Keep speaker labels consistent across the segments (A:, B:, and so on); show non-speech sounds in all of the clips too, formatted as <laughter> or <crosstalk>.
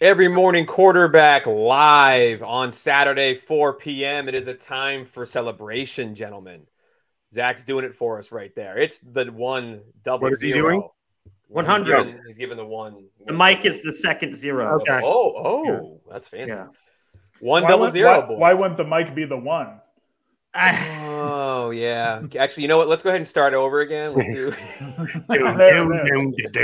A: Every morning quarterback live on Saturday, 4 p.m. It is a time for celebration, gentlemen. Zach's doing it for us right there. It's the one double.
B: What is he
A: zero.
B: doing?
A: When he's
B: 100.
A: given- He's given the one.
C: The mic is the second <sighs> zero.
B: Okay.
A: Oh, oh, that's fancy.
B: Yeah.
A: One
D: Why
A: double
D: wouldn't-
A: zero.
D: why-
A: boys.
D: Why wouldn't the mic be the one?
C: Ah,
A: Oh yeah. Actually, you know what? Let's go ahead and start over again. Let's
B: <laughs>
A: do.
B: Doom,
D: There,
B: doom,
D: there.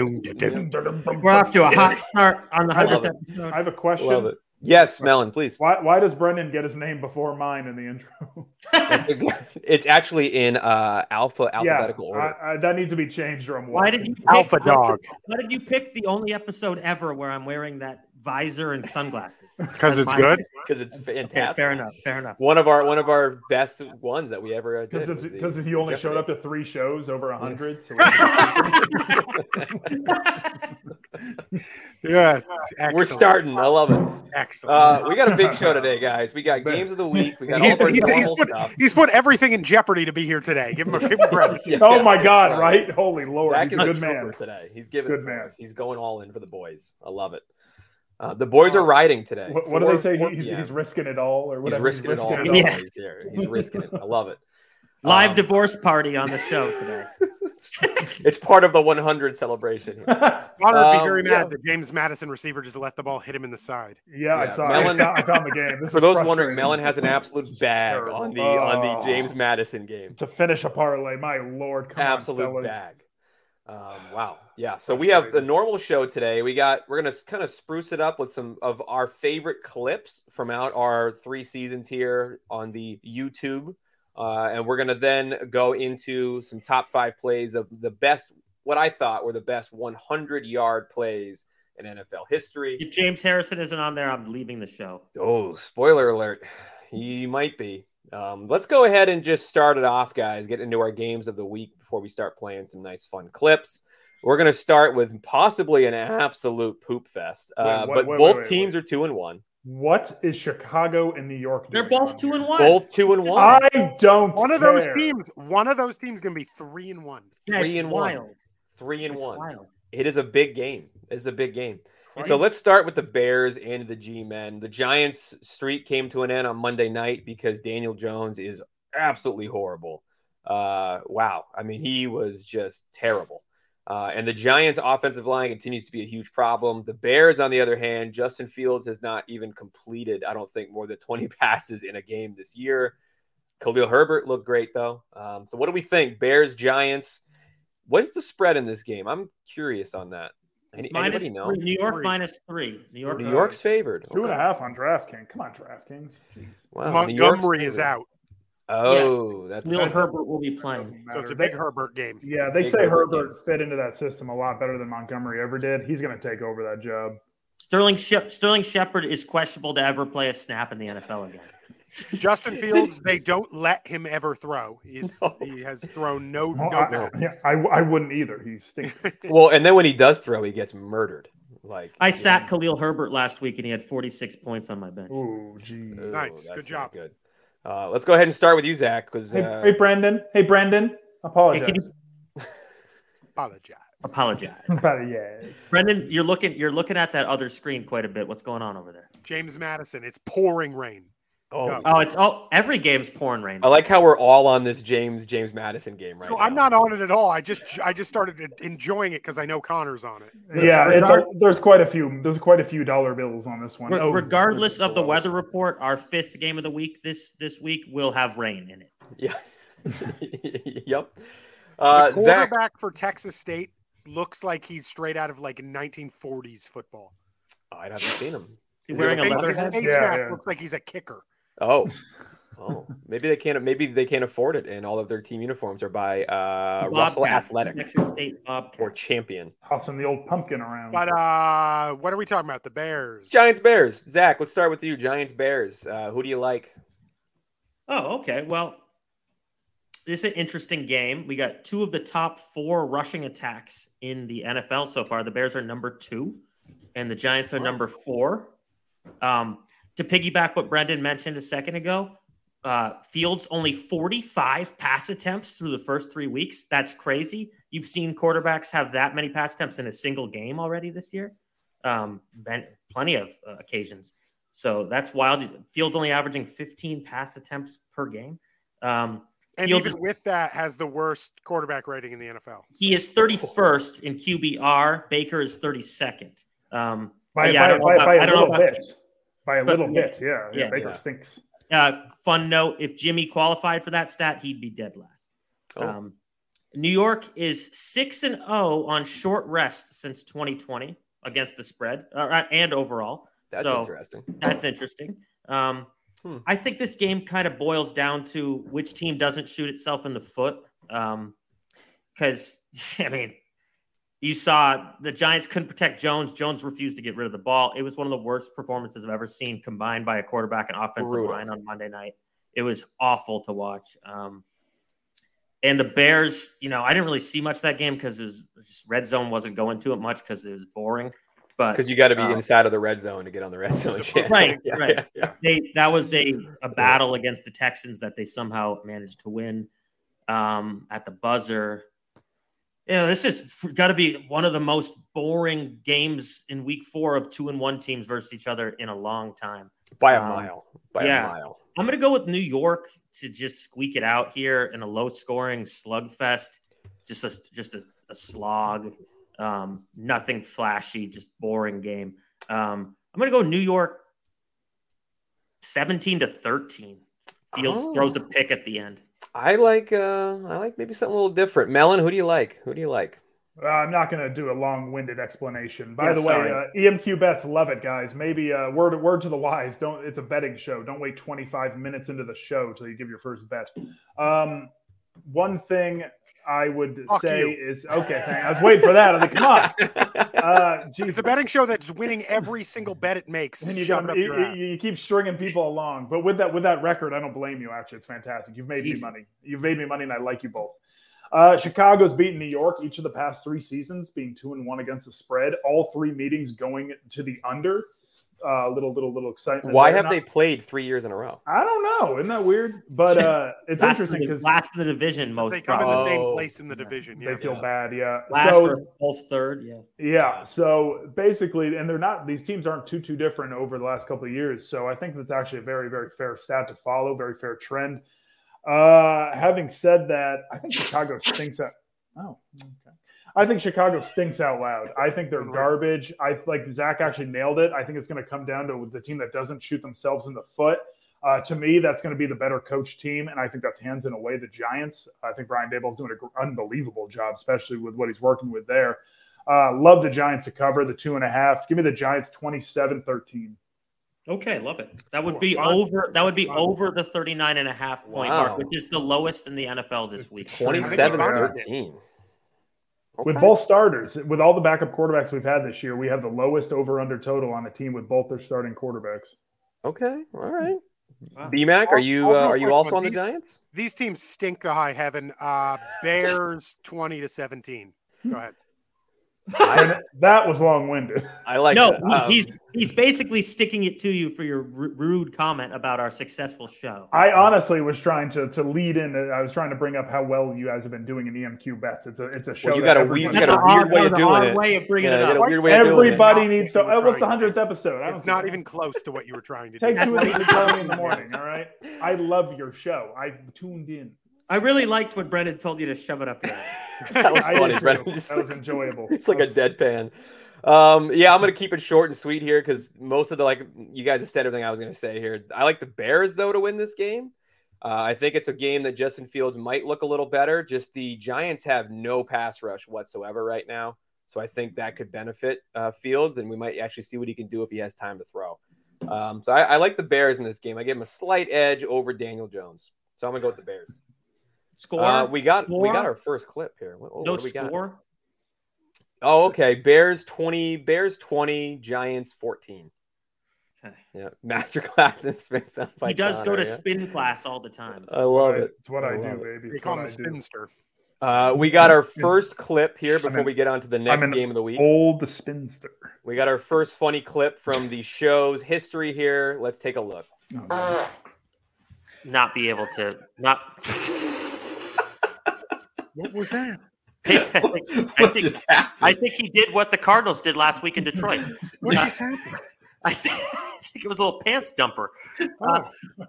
B: doom, doom, doom, doom.
C: We're off to a hot start on the
A: I love
C: hundredth episode.
D: I have a question.
A: Love it. Yes, Melon,
B: <laughs>
A: please.
D: Why, why does Brendan get his name before mine in the intro?
A: That's a good- it's actually in uh, alpha alphabetical
D: yeah, Uh,
A: order.
D: I, I, that needs to be changed or I'm
C: Why
D: walking.
C: did you pick,
B: Alpha dog,
C: Why did you pick the only episode ever where I'm wearing that visor and sunglasses?
B: because it's good.
A: because it's fantastic.
C: Okay, fair enough. Fair enough.
A: One of our one of our best ones that we ever uh, did.
D: Because
A: was the-
D: because he only showed
A: Jeopardy.
D: up to three shows over a hundred.
A: <laughs>
D: So <laughs> Oh
B: Yes,
A: We're starting. I love it.
B: Excellent.
A: Uh, we got a
D: <laughs>
A: big show today, guys. We got games of the week. We got all
B: he's,
A: of our
B: he's, he's
A: normal
B: put,
A: stuff.
B: he's put everything in jeopardy to be here today. Give him a give him a break.
A: Yeah,
D: <laughs> oh my God!
A: it's fine.
D: Right? Holy Lord!
A: Zach is
D: he's a
A: a
D: good
A: trooper
D: man.
A: today. He's giving
D: Good
A: it for
D: man.
A: us. He's going all in for the boys. I love it. Uh, the boys are riding today.
D: What, what do they
A: Four-
D: say?
A: four
D: He- He's,
A: p.m.
D: he's risking it all, or
A: He's
D: whatever.
A: risking it all.
C: it all.
A: Yeah. He's, here. he's risking it. I love it.
C: Live
A: Um,
C: divorce party on the show today. <laughs>
A: It's part of the 100 celebration. here.
B: Connor would be
A: Um,
B: very mad
A: yeah.
B: that James Madison receiver just let the ball hit him in the side.
D: yeah, I
A: Yeah,
D: saw.
A: Melon-
D: it. I found the game. <laughs> This
A: <laughs> For
D: is
A: those wondering,
D: frustrating.
A: Melon has an absolute bag
B: terrible.
A: on the on
D: Oh.
A: the James Madison game.
D: to finish a parlay. My Lord, come on,
A: Absolute
D: fellas.
A: bag. Um,
D: <sighs>
A: wow. Yeah. So we have the normal show today. We got we're gonna kind of spruce it up with some of our favorite clips from out our three seasons here on the YouTube, uh, and we're gonna then go into some top five plays of the best, what I thought were the best 100 yard plays in NFL history.
C: If James Harrison isn't on there, I'm leaving the show.
A: Oh, spoiler alert. He might be. Um, let's go ahead and just start it off, guys. Get into our games of the week before we start playing some nice, fun clips. We're going to start with possibly an absolute poop fest. Uh,
D: Wait, wait,
A: but
D: wait,
A: both
D: wait, wait,
A: teams are two and one.
D: What is Chicago and New York?
C: They're
D: doing
C: both
D: on
C: two and
D: here?
C: one.
A: Both two and one.
D: I don't.
B: One of those
D: care.
B: teams, one of those teams, going to be three and one.
C: Yeah, it's
A: three and one.
C: wild.
A: Three and
C: It's
A: one.
C: wild.
A: It is a big game. It's a big game.
D: Christ.
A: So let's start with the Bears and the G men. The Giants' streak came to an end on Monday night because Daniel Jones is absolutely horrible. Uh, wow. I mean, he was just terrible. Uh, and the Giants' offensive line continues to be a huge problem. The Bears, on the other hand, Justin Fields has not even completed, I don't think, more than 20 <laughs> passes in a game this year. Khalil Herbert looked great, though. Um, so, what do we think? Bears, Giants. What's the spread in this game? I'm curious on that.
C: It's
A: Any-
C: minus
A: anybody know?
C: three. New York
B: Three.
C: minus three. New York.
A: New York's favored.
D: Two and a
A: Okay.
D: half on DraftKings. Come on, DraftKings. Jeez.
A: Wow, Oh, New York's
B: Montgomery is
A: favored.
B: out,
A: Oh, that's
C: Neil
A: that's-
C: Herbert will be playing.
D: Doesn't matter.
B: so it's a big
D: They-
B: Herbert game.
D: Yeah, they
A: Big
D: say
A: Herbert game.
D: Herbert fit into that system a lot better than Montgomery ever did. He's going to take over that job.
C: Sterling Shep- Sterling Shepard is questionable to ever play a snap in the NFL again.
B: Justin <laughs> Fields, they don't let him ever throw. It's,
A: No.
B: He has thrown no
D: Well,
B: no
D: Oh, I,
B: passes.
D: yeah, I, I wouldn't either.
C: <laughs>
D: He stinks.
A: well, and then when he does throw, he gets murdered. Like
C: I sat Khalil Herbert last week and he had 46 points on my bench.
D: Ooh, gee.
A: Ooh,
B: Nice.
A: that's
B: Good
A: not
B: job.
A: Good. Uh, let's go ahead and start with you, Zach, because
D: Hey,
A: uh,
D: hey, Brandon. Hey, Brandon. Apologize.
C: Hey, can you-
B: Apologize.
C: Apologize.
D: <laughs> But uh, yeah.
C: Brendan, you're looking you're looking at that other screen quite a bit. What's going on over there?
B: James Madison, it's pouring rain.
A: oh,
B: go.
C: Oh, it's oh every game's pouring rain.
A: I like how we're all on this James James Madison game right
B: So
A: now.
B: I'm not on it at all. I just I just started enjoying it because I know Connor's on it.
D: Yeah, it's
C: Regard-
D: there's quite a few. There's quite a few dollar bills on this one.
C: Re-
D: Oh,
C: regardless of the weather report, our fifth game of the week this this week will have rain in it.
A: <laughs> Yeah. <laughs> yep. Uh,
B: the
A: Zach,
B: quarterback for Texas State looks like he's straight out of like 1940s football.
A: oh, I haven't seen him.
C: Is he
A: Is
C: wearing a
B: his face,
C: leather
B: his
C: head?
B: face
D: Yeah,
B: mask
D: yeah.
B: looks like he's a kicker.
A: Oh, oh, maybe they can't. Maybe they can't afford it, and all of their team uniforms are by uh, Russell
C: Bobcats,
A: Athletic
C: Texas State Bobcats.
A: or Champion.
D: tossing the old pumpkin around.
B: But uh, what are we talking about? The Bears.
A: Giants Bears. Zach, let's start with you. Giants Bears. Uh, who do you like?
C: Oh, okay. Well, this is an interesting game. We got two of the top four rushing attacks in the NFL so far. The Bears are number two, and the Giants are number four. Um, to piggyback what Brendan mentioned a second ago, uh, Fields only 45 pass attempts through the first three weeks. That's crazy. You've seen quarterbacks have that many pass attempts in a single game already this year. um, ben, plenty of uh, occasions. So that's wild. Fields only averaging 15 pass attempts per game. Um,
B: And
C: You'll
B: even with that, has the worst quarterback rating in the NFL.
C: he is 31st in QBR. Baker is 32nd. Um,
D: By,
C: Yeah, I
D: by,
C: don't know
D: by,
C: about-
D: by
C: I
D: a
C: don't know
D: little
C: about-
D: bit. By a
C: But-
D: little bit, yeah.
C: Yeah,
D: Yeah, Baker
A: yeah.
D: stinks.
C: uh, fun note if Jimmy qualified for that stat, he'd be dead last.
A: Oh.
C: Um, New York is 6 and 0 on short rest since 2020 against the spread uh, and overall.
A: That's
C: so
A: interesting.
C: that's interesting. Um,
A: Hmm.
C: I think this game kind of boils down to which team doesn't shoot itself in the foot. Because, <laughs> I mean, you saw the Giants couldn't protect Jones. Jones refused to get rid of the ball. It was one of the worst performances I've ever seen combined by a quarterback and offensive
A: Brutal.
C: line on Monday night. It was awful to watch. Um, and the Bears, you know, I didn't really see much that game because it was just red zone wasn't going to it much because it was boring. But
A: Because you got to be
C: Uh,
A: inside of the red zone to get on the red
C: <laughs>
A: zone. channel.
C: Right,
A: <laughs> Yeah,
C: right.
A: yeah, yeah.
C: they that was a, a battle against the Texans that they somehow managed to win um, at the buzzer. You know, this is got to be one of the most boring games in Week Four of two and one teams versus each other in a long time.
A: By a
C: Um,
A: mile. By
C: yeah.
A: a mile.
C: I'm gonna go with New York to just squeak it out here in a low scoring slugfest, just a just a, a slog, um, nothing flashy, just boring game. Um, I'm gonna go New York, seventeen to thirteen. Fields
A: Oh.
C: throws a pick at the end.
A: I like. Uh, I like maybe something a little different. Melon, who do you like? Who do you like?
D: Uh, I'm not going to do a long-winded explanation. By
C: Yeah,
D: the way,
C: sorry.
D: uh, EMQ bets love it, guys. Maybe uh, word word to the wise. Don't it's a betting show. Don't wait 25 minutes into the show till you give your first bet. Um, one thing I would
B: Fuck
D: say
B: you.
D: is okay. thank- I was waiting for that. I was like,
C: <laughs>
D: come on. Uh, geez,
B: It's a betting show that's winning every single bet it makes.
D: And you,
B: Shut
D: gotta-
B: up
D: you-
B: your
D: you-
B: ass.
D: you keep stringing people along, but with that with that record, I don't blame you. Actually, it's fantastic. You've made
C: Jesus.
D: me money. You've made me money, and I like you both. Uh, Chicago's beaten New York each of the past three seasons, being two and one against the spread. All three meetings going to the under. Uh, little little little
A: <laughs>
D: excitement.
A: Why
D: there.
A: have
D: Not-
A: they played three years in a row?
D: I don't know. Isn't that weird? But uh, it's
C: last
D: interesting
C: in the,
D: because
C: last in the division, most
B: They come in
C: probably.
B: the same
A: Oh.
B: place in the division.
D: they
B: Yeah.
D: feel
A: Yeah.
D: bad. Yeah.
C: last
D: So-
C: or twelfth third. Yeah,
D: Yeah. So basically, and they're not, these teams aren't too, too different over the last couple of years. So I think that's actually a very, very fair stat to follow, very fair trend. Uh, having said that, I think Chicago stinks out. Oh, okay. I think Chicago stinks out loud. I think they're garbage. I like Zach actually nailed it. I think it's going to come down to the team that doesn't shoot themselves in the foot. Uh, to me, that's going to be the better coach team, and I think that's hands in a way the Giants. I think Brian Dable's doing an unbelievable job, especially with what he's working with there. Uh, love the Giants to cover the two and a half. Give me the Giants 27 13.
C: Okay, love it. That would
B: Oh,
C: be
B: fun.
C: over that would be
B: Fun.
C: over the 39 and a half point
A: Wow.
C: mark, which is the lowest in the NFL this week.
A: Twenty-seven
B: I think we
A: to
B: bounced it.
A: thirteen.
D: With
A: Okay.
D: both starters, with all the backup quarterbacks we've had this year, we have the lowest over under total on a team with both their starting quarterbacks.
A: Okay. All right.
C: Wow.
A: BMAC, are you uh,
B: I'll- I'll
A: are you
B: work
A: also
B: on
A: on the
B: these.
A: Giants?
B: These teams stink to high heaven.
D: <laughs>
B: Uh, Bears twenty to seventeen. Go ahead.
A: <laughs> I,
D: That was long winded.
A: I like.
C: no,
A: that.
C: he-
A: Um,
C: he's he's basically sticking it to you for your ru- rude comment about our successful show.
D: I honestly was trying to to lead in. I was trying to bring up how well you guys have been doing in EMQ bets. It's a it's a show.
A: you
D: that
A: got a
D: everybody-
A: weird- you
C: That's
A: got
C: an
A: a weird
C: odd-
A: way
C: that
A: of
C: was an
A: doing
C: odd
A: it.
C: way of bringing
A: Yeah, you
C: it
A: got a
C: up.
A: weird way of doing it.
D: everybody
B: it.
D: needs to.
B: Not
D: Oh, what's the
B: trying to.
D: hundredth episode? I don't
B: It's not
D: care.
B: even close to what you were trying to do.
D: take
C: That's
D: two of
C: what
D: these
C: he
D: early in the morning. All right, I love your show. I tuned in.
C: I really liked what Brendan told you to shove it up your
A: Uh,
C: ass.
A: <laughs> That was
D: I did
A: funny,
D: too.
A: Brendan. <laughs> Just
D: That was enjoyable.
A: It's like a
D: That was-
A: deadpan. Um, yeah, I'm gonna keep it short and sweet here because most of the like you guys have said everything I was gonna say here. I like the Bears though to win this game. Uh, I think it's a game that Justin Fields might look a little better. Just the Giants have no pass rush whatsoever right now, so I think that could benefit uh, Fields, and we might actually see what he can do if he has time to throw. Um, so I, I like the Bears in this game. I give him a slight edge over Daniel Jones, so I'm gonna go with the Bears.
C: Score.
A: Uh, we got
C: score,
A: we got our first clip here. What, oh,
C: no
A: what do we got?
C: score.
A: Oh, okay. Bears 20, Bears 20, Giants 14.
C: Okay.
A: Yeah. Masterclass in spin sound by
C: He does go
A: Connor, Uh,
C: to spin class all the time.
A: yeah. I love it.
D: It's what
A: I
D: I,
A: love
D: do,
A: it.
D: baby.
B: <laughs> They
D: It's
B: call
D: what
B: him
D: I
B: the
D: do.
B: spinster.
A: Uh, we got our first clip here
D: I'm
A: before
D: in-
A: we get on to the next
D: in-
A: game of the week.
D: Old spinster.
A: We got our first funny clip from the show's history here. Let's take a look.
D: Oh, man.
A: <laughs>
C: Not <laughs> be able to not
B: What was that?
C: I
E: what
C: think-
E: just happened?
C: I think he did what the Cardinals did last week in Detroit.
B: What just happened?
C: <laughs> I, think I think it was a little pants dumper.
B: Oh.
C: Uh,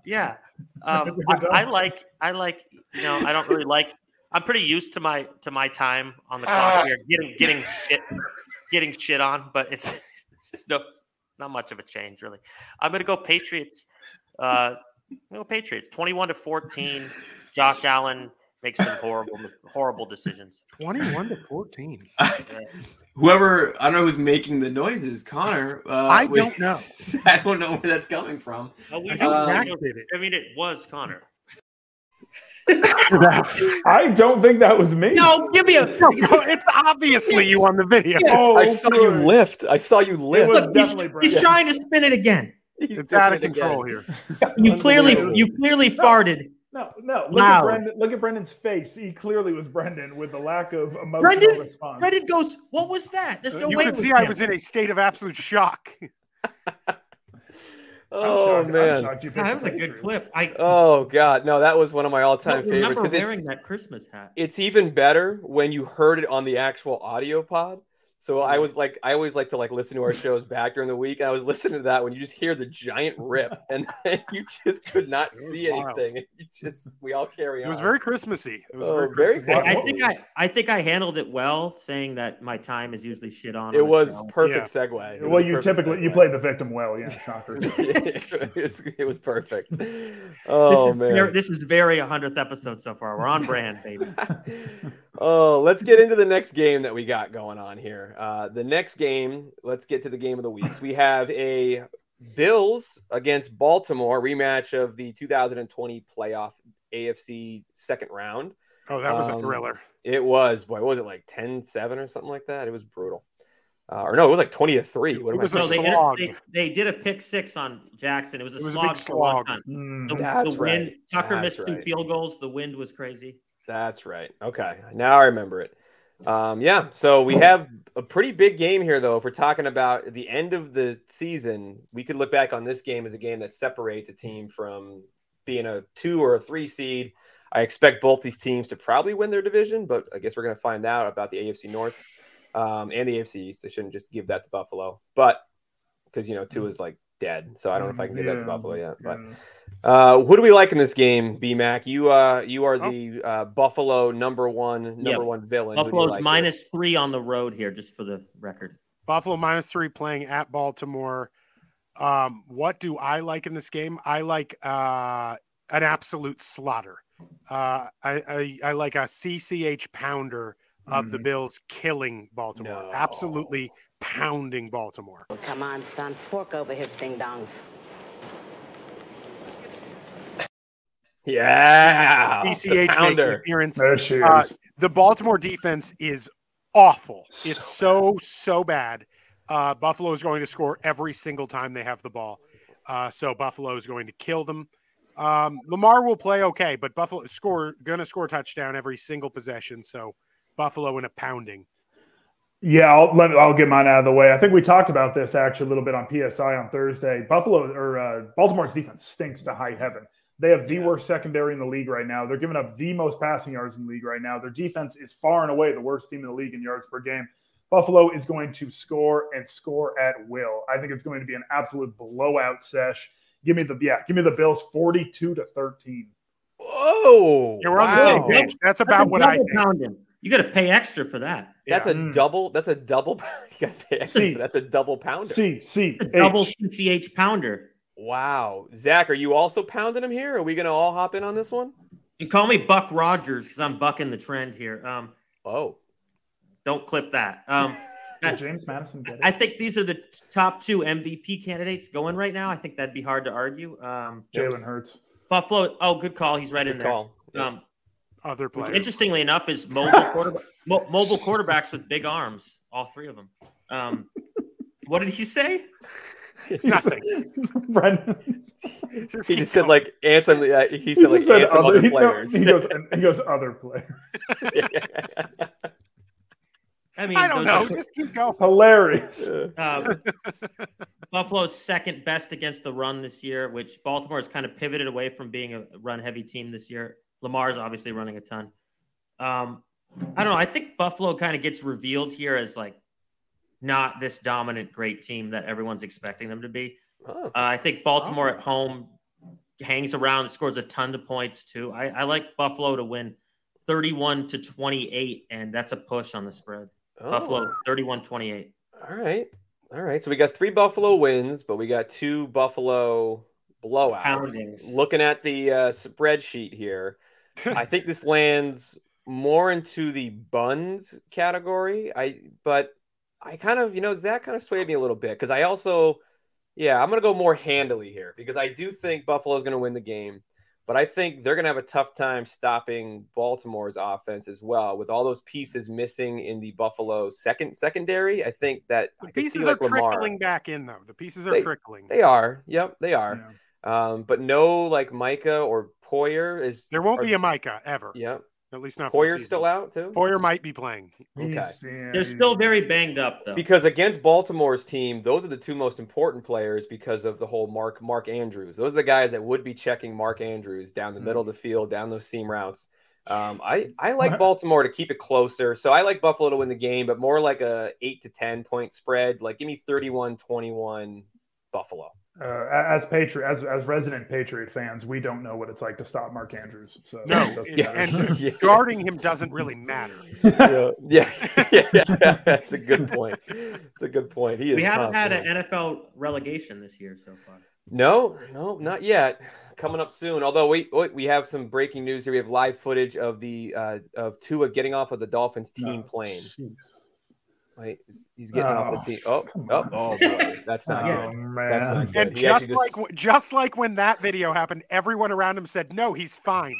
C: yeah, um,
D: Good
C: I, I
D: job.
C: like I like you know I don't really like. I'm pretty used to my to my time on the
E: Ah.
C: clock here, getting getting shit getting shit on, but it's, it's no not much of a change really. I'm gonna go Patriots. Uh, I'm gonna go Patriots. 21 to 14. Josh Allen makes some horrible horrible decisions.
B: 21 to
D: <laughs>
B: 14.
E: <laughs> Whoever I don't know who's making the noises, Connor. Uh,
B: I don't know.
E: <laughs> I don't know where that's coming from.
C: Oh,
B: I
C: we
B: think
D: Uh,
E: Um,
B: Zach did it.
C: I mean, it was Connor.
D: I don't think that was me.
C: give me a
B: <laughs> No, no, it's obviously you on the video.
D: Oh,
A: I saw you
D: good.
A: lift. I saw you lift.
D: was- Look, he's- he's
C: trying to spin it again.
A: He's
B: It's
A: doing
B: out
A: it
B: of control here.
C: You clearly,
D: Unbelievable.
C: you clearly farted.
D: No, no. Look
C: Loud.
D: at Brendan. Look at Brendan's face. He clearly was Brendan with the lack of emotional
C: Brendan-
D: response.
C: Reddit goes, "What was that? There's no
B: You
C: way."
B: could
C: it was
B: see I
C: him."
B: was in a state of absolute shock.
A: again.
D: I'm
A: Oh
D: shocked- I'm
A: man.
D: shocked you
C: Yeah, that
D: picked the
C: was a good
D: Patriots.
C: clip. I
A: Oh god. No, that was one of my all-time
C: don't remember
A: favorites because it's
C: wearing that Christmas hat.
A: it's even better when you heard it on the actual audio pod. So I was like, I always like to like listen to our shows back during the week. And I was <laughs> listening to that when you just hear the giant rip, and you just could not
B: It was
A: see
B: wild.
A: anything. You just we all carry
B: It
A: on.
B: was very Christmassy. It was
A: Oh,
B: very,
A: very
B: Christmassy.
C: I,
D: What-
C: I think I, I think I handled it well, saying that my time is usually shit on.
A: it
C: on the
A: was
C: show.
A: perfect segue. It was
D: Well,
A: a
D: you
A: perfect
D: typically you
A: segue.
D: played the victim well, yeah. Shocker.
A: <laughs> it, was, it was perfect.
C: This
A: Oh
C: is
A: man.
C: Very, this is very 100th episode so far. We're on brand,
A: <laughs>
C: baby.
A: oh, let's get into the next game that we got going on here. Uh, the next game, let's get to the game of the weeks. We have a Bills against Baltimore rematch of the 2020 playoff AFC second round.
B: Oh, that was a
A: Um,
B: thriller.
A: It was, boy, what was it like 10 7 or something like that? It was brutal. Uh, or no, it was like 20 to 3. What
B: It
A: am
B: was
A: I
B: a
C: So
A: saying?
C: they, ended-
B: slog.
C: they they did a pick six on Jackson. It was a
B: It was a
C: slog
B: big
C: for a long
B: slog.
C: time.
D: Mm.
C: The,
A: That's
C: the wind.
A: right.
C: Tucker
A: That's
C: missed two
A: right.
C: field goals. The wind was crazy.
A: That's right. Okay. Now I remember it. Um, yeah. So we have a pretty big game here, though. If we're talking about the end of the season, we could look back on this game as a game that separates a team from being a two or a three seed. I expect both these teams to probably win their division, but I guess we're going to find out about the AFC North um, and the AFC East. I shouldn't just give that to Buffalo, but because, you know, two is like dead. So I don't know if I can give that to
D: Yeah,
A: Buffalo yet. But
D: yeah.
A: uh, who do we like in this game, B Mac? You uh, you are
B: Oh.
A: the uh, Buffalo number one number
C: Yeah.
A: one villain. Who do you
C: Buffalo's
A: like
C: minus three on the road here, just for the record.
B: Buffalo minus three playing at Baltimore. Um, what do I like in this game? I like uh, an absolute slaughter. Uh, I, I, I like a CCH pounder of the Bills killing Baltimore.
A: Mm-hmm. No.
B: Absolutely pounding Baltimore.
F: Come on, son. Fork over his ding dongs.
A: here? Yeah, the
B: CCH makes an
A: pounder.
B: appearance.
D: There she is.
B: Uh, the Baltimore defense is awful. It's so so bad. Uh, Buffalo is going to score every single time they have the ball. Uh, so Buffalo is going to kill them. Um, Lamar will play okay, but Buffalo score going to score touchdown every single possession. So Buffalo in a pounding.
D: Yeah, I'll let I'll get mine out of the way. I think we talked about this actually a little bit on PSI on Thursday. Buffalo or uh, Baltimore's defense stinks to high heaven. They have the worst secondary in the league right now. They're giving up the most passing yards in the league right now. Their defense is far and away the worst team in the league in yards per game. Buffalo is going to score and score at will. I think it's going to be an absolute blowout sesh. Give me the yeah, give me the Bills 42 to 13.
A: Whoa,
B: Yeah, we're on the
A: wow.
B: same page. That's about
C: a
B: what I
C: double
B: think.
C: pounding. You got to pay extra for that.
A: That's
B: Yeah.
A: a
D: Mm.
A: double. That's a double. <laughs> you gotta pay extra
D: See.
A: for- that's a double pounder.
D: C C
C: It's a
D: H.
C: double CCH pounder.
A: Wow, Zach, are you also pounding him here? Are we gonna all hop in on this one?
C: And call me Buck Rogers because I'm bucking the trend here. Um,
A: Oh,
C: don't clip that.
B: <laughs>
C: Um,
D: Did James Madison get it?
C: I think these are the t- top two MVP candidates going right now. I think that'd be hard to argue. Um,
D: Jalen Hurts.
C: Buffalo. Oh, good call. He's right in
A: good
C: there.
A: call.
C: Um,
B: Other
C: which,
B: players.
C: interestingly enough,
B: <laughs>
C: is mobile quarterback, mo- mobile quarterbacks with big arms. All three of them. Um, what did he say?
B: Nothing.
D: <laughs> Brendan.
B: Just
A: <laughs> he
B: keep
A: just said
B: going.
A: like and some. Uh, he said like
D: just
A: and some other
D: <laughs> he- no,
A: players. <laughs>
D: He, goes. and- He goes other players.
B: <laughs>
C: I mean,
B: I don't
C: those
B: know.
C: are-
B: Just keep
D: It's
B: going.
D: hilarious.
C: Um, Buffalo's second best against the run this year, which Baltimore's kind of pivoted away from being a run heavy team this year. Lamar's obviously running a ton. Um, I don't know. I think Buffalo kind of gets revealed here as like not this dominant great team that everyone's expecting them to be.
A: Oh,
C: Uh, I think Baltimore at home hangs around, scores a ton of points too. I, I like Buffalo to win 31 to 28, and that's a push on the spread.
A: oh.
C: Buffalo 31 28.
A: All right. All right. So we got three Buffalo wins, but we got two Buffalo blowouts.
C: Poundings.
A: Looking at the uh, spreadsheet here, I think this lands more into the buns category. I but I kind of you know Zach kind of swayed me a little bit because I also yeah I'm gonna go more handily here because I do think Buffalo's gonna win the game. But I think they're going to have a tough time stopping Baltimore's offense as well, with all those pieces missing in the Buffalo second secondary. I think that I
B: The
A: could see,
B: pieces
A: like,
B: are
A: Lamar-
B: trickling back in, though. The pieces are
A: They-
B: trickling.
A: They are. Yep, they
D: You
A: are.
D: know.
A: Um, but no, like Micah or Poyer is.
B: there won't
A: are-
B: be a Micah ever.
A: Yep,
B: At least not. for the
A: Poyer's
B: season.
A: still out too.
B: Poyer might be playing.
A: Okay.
D: He's- yeah,
C: They're
D: he's-
C: still very banged up though.
A: Because against Baltimore's team, those are the two most important players because of the whole Mark Mark Andrews. Those are the guys that would be checking Mark Andrews down
C: Mm-hmm.
A: the middle of the field, down those seam routes. Um, I
C: <laughs>
A: I like Baltimore to keep it closer, so I like Buffalo to win the game, but more like a eight to ten point spread. Like give me 31-21 Buffalo.
D: uh, as patriot as as resident patriot fans, we don't know what it's like to stop Mark Andrews. So
B: No,
D: it
A: <laughs>
D: doesn't
B: yeah,
D: matter. <laughs>
B: and- <laughs>
A: Yeah.
B: Guarding him doesn't really matter.
A: yeah, yeah, <laughs>
B: <laughs>
A: yeah, that's a good point. That's a good point. He is
C: we haven't
A: tough,
C: had
A: man.
C: an NFL relegation this year so far.
A: No, no, not yet. Coming up soon. Although wait, wait, we have some breaking news here. We have live footage of the uh, of Tua getting off of the Dolphins team
D: Oh,
A: plane.
D: jeez.
A: Wait, he's getting off the
D: Oh,
A: team. Oh,
D: come
A: oh,
D: on.
A: oh boy, that's not
D: Oh
A: good.
D: man,
A: That's not good.
B: And
A: He
B: just
A: actually just-
B: like just like when that video happened, everyone around him said, "No, he's
C: <laughs>
B: fine."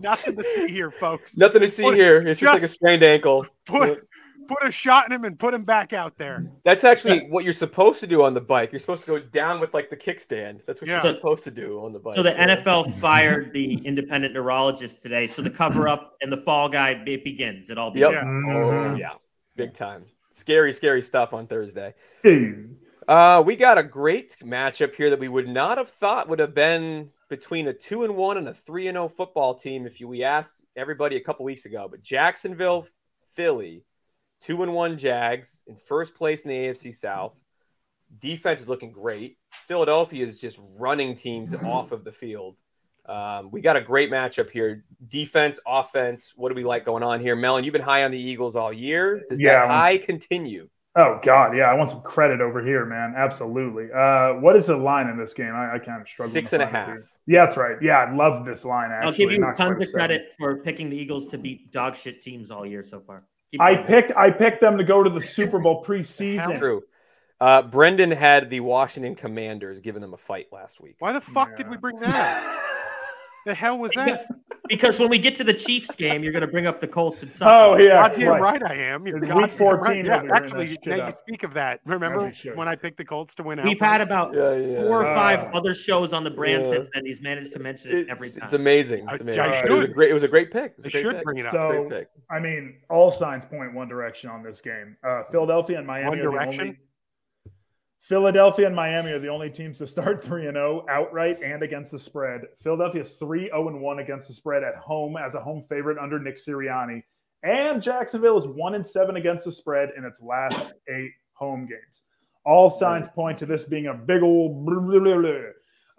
B: Nothing to see here, folks.
A: Nothing to see
B: What-
A: here. It's just, like a
B: just-
A: sprained ankle.
B: Put put a shot in him and put him back out there.
A: That's actually what you're supposed to do on the bike. You're supposed to go down with like the kickstand. That's what
B: Yeah.
A: you're supposed to do on the bike.
C: So the
A: yeah. <laughs>
C: NFL fired the independent neurologist today. So the cover up and the fall guy be- it begins. It all
A: Yep.
C: begins.
A: Oh yeah, big time. Scary, scary stuff on Thursday.
D: Mhm.
A: Uh, we got a great matchup here that we would not have thought would have been between a two and one and a three and zero football team if you we asked everybody a couple weeks ago. But Jacksonville, Philly, two and one Jags in first place in the AFC South. Defense is looking great. Philadelphia is just running
D: <clears throat>
A: teams off of the field. Um, we got a great matchup here. Defense, offense. What do we like going on here, Melon? You've been high on the Eagles all year. Does
D: Yeah.
A: that high continue?
D: Oh God, yeah, I want some credit over here, man. Absolutely. Uh, what is the line in this game? I, I kind of struggle.
A: Six
D: to
A: and a
D: find it
A: half.
D: here. Yeah, that's right. Yeah, I love this line. Actually,
C: I'll give you
D: Not
C: tons
D: quite
C: of
D: a
C: credit
D: seven.
C: for picking the Eagles to beat dog shit teams all year so far. Keep
D: I
C: going.
D: picked I picked them to go to the
C: <laughs>
D: Super Bowl
B: How
D: preseason.
A: True. Uh, Brendan had the Washington Commanders giving them a fight last week.
B: Why the fuck did we bring that?
D: <laughs>
B: up? The hell was that?
C: because when we get to the Chiefs game, you're going to bring up the Colts and something.
D: Oh yeah,
B: Goddamn right. I am. You're
D: It's week
B: goddamn right.
D: 14
B: Yeah,
D: over here,
B: actually,
D: that shit
B: now you
D: up.
B: speak of that. Remember
D: we should.
B: when I picked the Colts to win out?
C: We've had about
A: Yeah, yeah.
C: four or
D: Uh,
C: five other shows on the brand
A: yeah.
C: since then. He's managed to mention it
A: it's,
C: every time.
A: it's amazing.
B: I-
A: It's amazing.
D: I
A: It was a
B: should.
A: great. It was a great pick. It was
B: I
A: a great
B: should
A: pick.
B: bring it up.
D: So
A: Great pick.
D: I mean, all signs point one direction on this game. Uh, Philadelphia and Miami.
B: One
D: are the
B: direction?
D: only- Philadelphia and Miami are the only teams to start <laughs> 3 and 0 outright and against the spread. Philadelphia's 3 0 and 1 against the spread at home as a home favorite under Nick Sirianni. And Jacksonville is 1 and 7 against the spread in its last eight home games. All signs point to this being a big old. Blah, blah, blah, blah.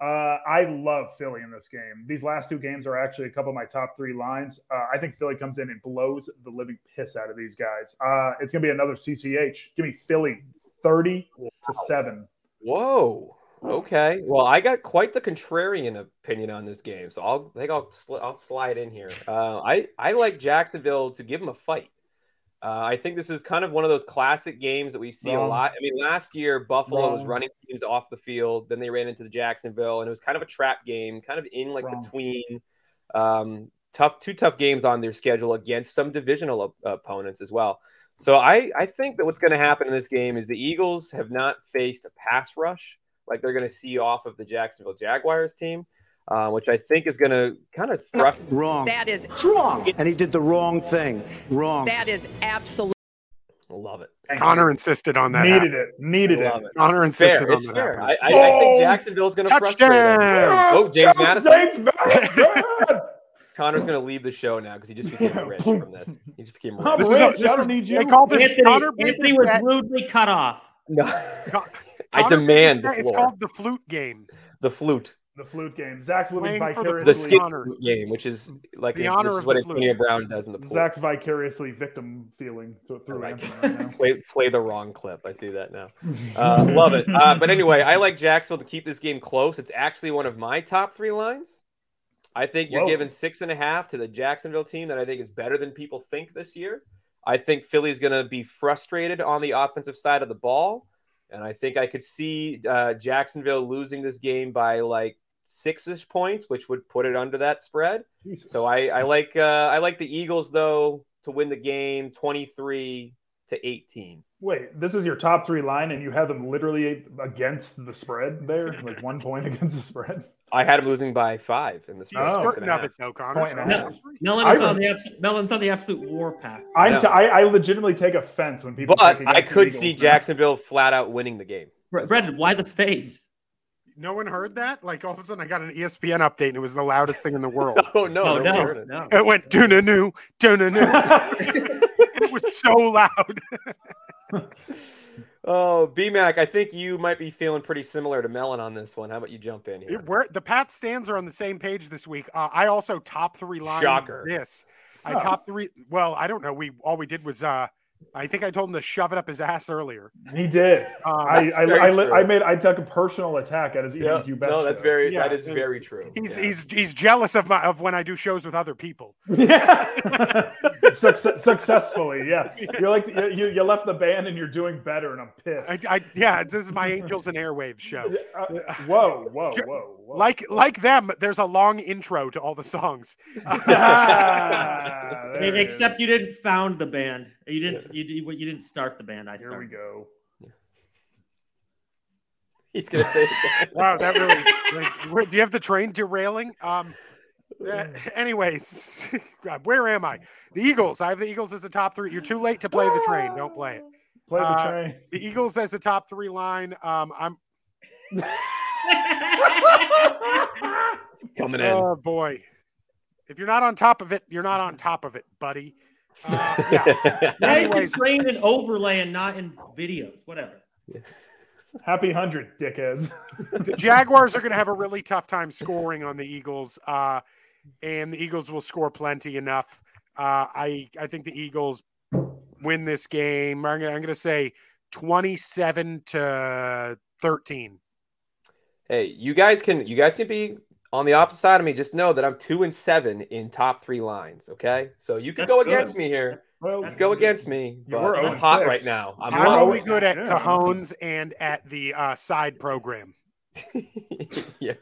D: Uh, I love Philly in this game. These last two games are actually a couple of my top three lines. Uh, I think Philly comes in and blows the living piss out of these guys. Uh, it's going to be another CCH. Give me Philly 30 to 7.
A: Whoa. Okay. Well, I got quite the contrarian opinion on this game, so I'll I think I'll sli- I'll slide in here. Uh, I I like Jacksonville to give them a fight. Uh, I think this is kind of one of those classic games that we see a
D: Wrong.
A: lot. I mean, last year Buffalo was
D: Wrong.
A: running teams off the field, then they ran into the Jacksonville, and it was kind of a trap game, kind of in like
D: Wrong.
A: between um, tough two tough games on their schedule against some divisional op- opponents as well. So I, I think that what's going to happen in this game is the Eagles have not faced a pass rush like they're going to see off of the Jacksonville Jaguars team, uh, which I think is going to kind of thrust.
G: Wrong.
H: That is
G: It's wrong. And he did the wrong thing. Wrong.
H: that is absolutely.
A: Love it.
D: Thank
B: Connor insisted on that.
D: needed
B: happen.
D: it, needed it.
A: Love it.
B: Connor
A: Fair.
B: insisted on
A: It's
B: that.
A: fair.
B: happening.
A: I, I, I think
D: Oh,
A: Jacksonville's going to frustrate them.
B: Touchdown!
A: Oh, James Madison.
D: James Madison. <laughs>
A: Connor's going to leave the show now because he just became
B: <laughs>
A: rich from this. He just became
D: I'm
A: rich.
B: This is, a,
D: Rich, I
B: this
D: don't
B: is
D: need
B: They
D: you.
B: call this
C: Anthony,
B: Connor Baker's
C: Anthony was
B: bet.
C: rudely cut off.
A: <laughs> No.
B: Con-
A: I
B: Connor
A: demand the
B: Baker's bet. It's
A: floor.
B: called the flute game.
A: the flute,
D: the flute game. Zach's living
B: Playing for the
A: the
B: Flute
D: vicariously.
A: skin
B: honor.
A: game, which is like
B: The
A: a-
B: honor
A: which
B: of
A: is what
B: the flute.
A: Antonio Brown does in the pool.
D: Zach's vicariously victim feeling th- through
A: like
D: Anthony right now.
A: Play, play the wrong clip. I see that now. <laughs>
D: <laughs>
A: Uh, love it. Uh, but anyway, I like Jacksonville to keep this game close. It's actually one of my top three lines. I think you're
D: Whoa.
A: giving six and a half to the Jacksonville team that I think is better than people think this year. I think Philly's going to be frustrated on the offensive side of the ball. And I think I could see uh, Jacksonville losing this game by like six ish points, which would put it under that spread.
D: <laughs> Jesus.
A: So I, I like uh, I like the Eagles though to win the game 23 to 18.
D: Wait, this is your top three line, and you have them literally against the spread there, like one point <laughs> against the spread.
A: I had him losing by five in this.
B: He's
D: Oh.
B: certain of it, though, Connor.
D: Point
B: so-
D: and
C: a half.
D: I
C: Melon's on
D: re-
C: the absolute, Melon's on the absolute war path.
D: I'm
A: Yeah.
D: t- I, I legitimately take offense when people.
A: But
D: pick
A: I
D: against the
A: could
D: Eagles
A: see
D: now.
A: Jacksonville flat out winning the game.
C: Bre- Brendan, why the face?
B: No one heard that? Like, all of a sudden, I got an E ESPN update, and it was the loudest thing in the world.
A: <laughs> Oh no!
C: Oh
A: no,
C: no,
A: we're-
C: no.
B: It went doo doo doo doo doo
D: <laughs>
B: It was so loud.
A: Oh, BMAC, I think you might be feeling pretty similar to Melon on this one. How about you jump in here?
B: It- Where the Pat stands are on the same page this week. Uh, I also top three line
A: Shocker.
B: this. I
D: Oh.
B: top three. Well, I don't know. We all we did was uh, I think I told him to shove it up his ass earlier.
D: he did.
B: Um,
D: I I,
A: Oh, very
D: I, li-
A: true.
D: I made I took a personal attack at his
A: Yeah,
D: EQ bet.
A: no, that's very
B: Yeah,
A: that is
B: and
A: very true.
B: he's
A: Yeah.
B: he's he's jealous of my of when I do shows with other people.
D: <laughs> Yeah. Success- successfully, yeah. You're like you- you, you left the band and you're doing better, and I'm pissed.
B: I, I yeah, this is my Angels and Airwaves show.
D: Uh, whoa, whoa, whoa, whoa! <laughs>
B: Like like them, there's a long intro to all the songs.
D: Ah, there it is.
C: Except you didn't found the band. You didn't. You, did- you didn't start the band. I
D: Here we
C: started. <laughs>
D: go.
A: he's gonna say it again.
B: Wow, that really. like, where- do you have the train derailing? Um. uh, anyways, <laughs> God, where am I? The Eagles. I have the Eagles as a top three. You're too late to play the train. Don't play it.
D: Play the
B: Uh,
D: train.
B: The Eagles as a top three line. Um. I'm.
A: <laughs> coming in.
B: Oh boy. If you're not on top of it, you're not on top of it, buddy. Uh, yeah.
A: <laughs>
C: Why is
B: Anyways.
C: the train an overlay and not in videos? Whatever.
D: Happy hundred, dickheads. <laughs>
B: The Jaguars are going to have a really tough time scoring on the Eagles, uh, and the Eagles will score plenty enough. Uh, I I think the Eagles win this game. I'm going to say 27 to 13.
A: Hey, you guys can you guys can be on the opposite side of me. Just know that I'm two and seven in top three lines. Okay, so you can
C: That's
A: go
C: good.
A: against me here.
D: Well,
A: You
C: That's
A: can go
C: good.
A: against me.
D: Yeah,
A: But
D: we're
A: I'm
D: 0 and
A: hot
D: 6.
A: right now. I'm,
B: I'm
A: hot.
B: only
D: always-
B: good at
D: Yeah.
B: cajones and at the uh, side program.
A: <laughs> yeah,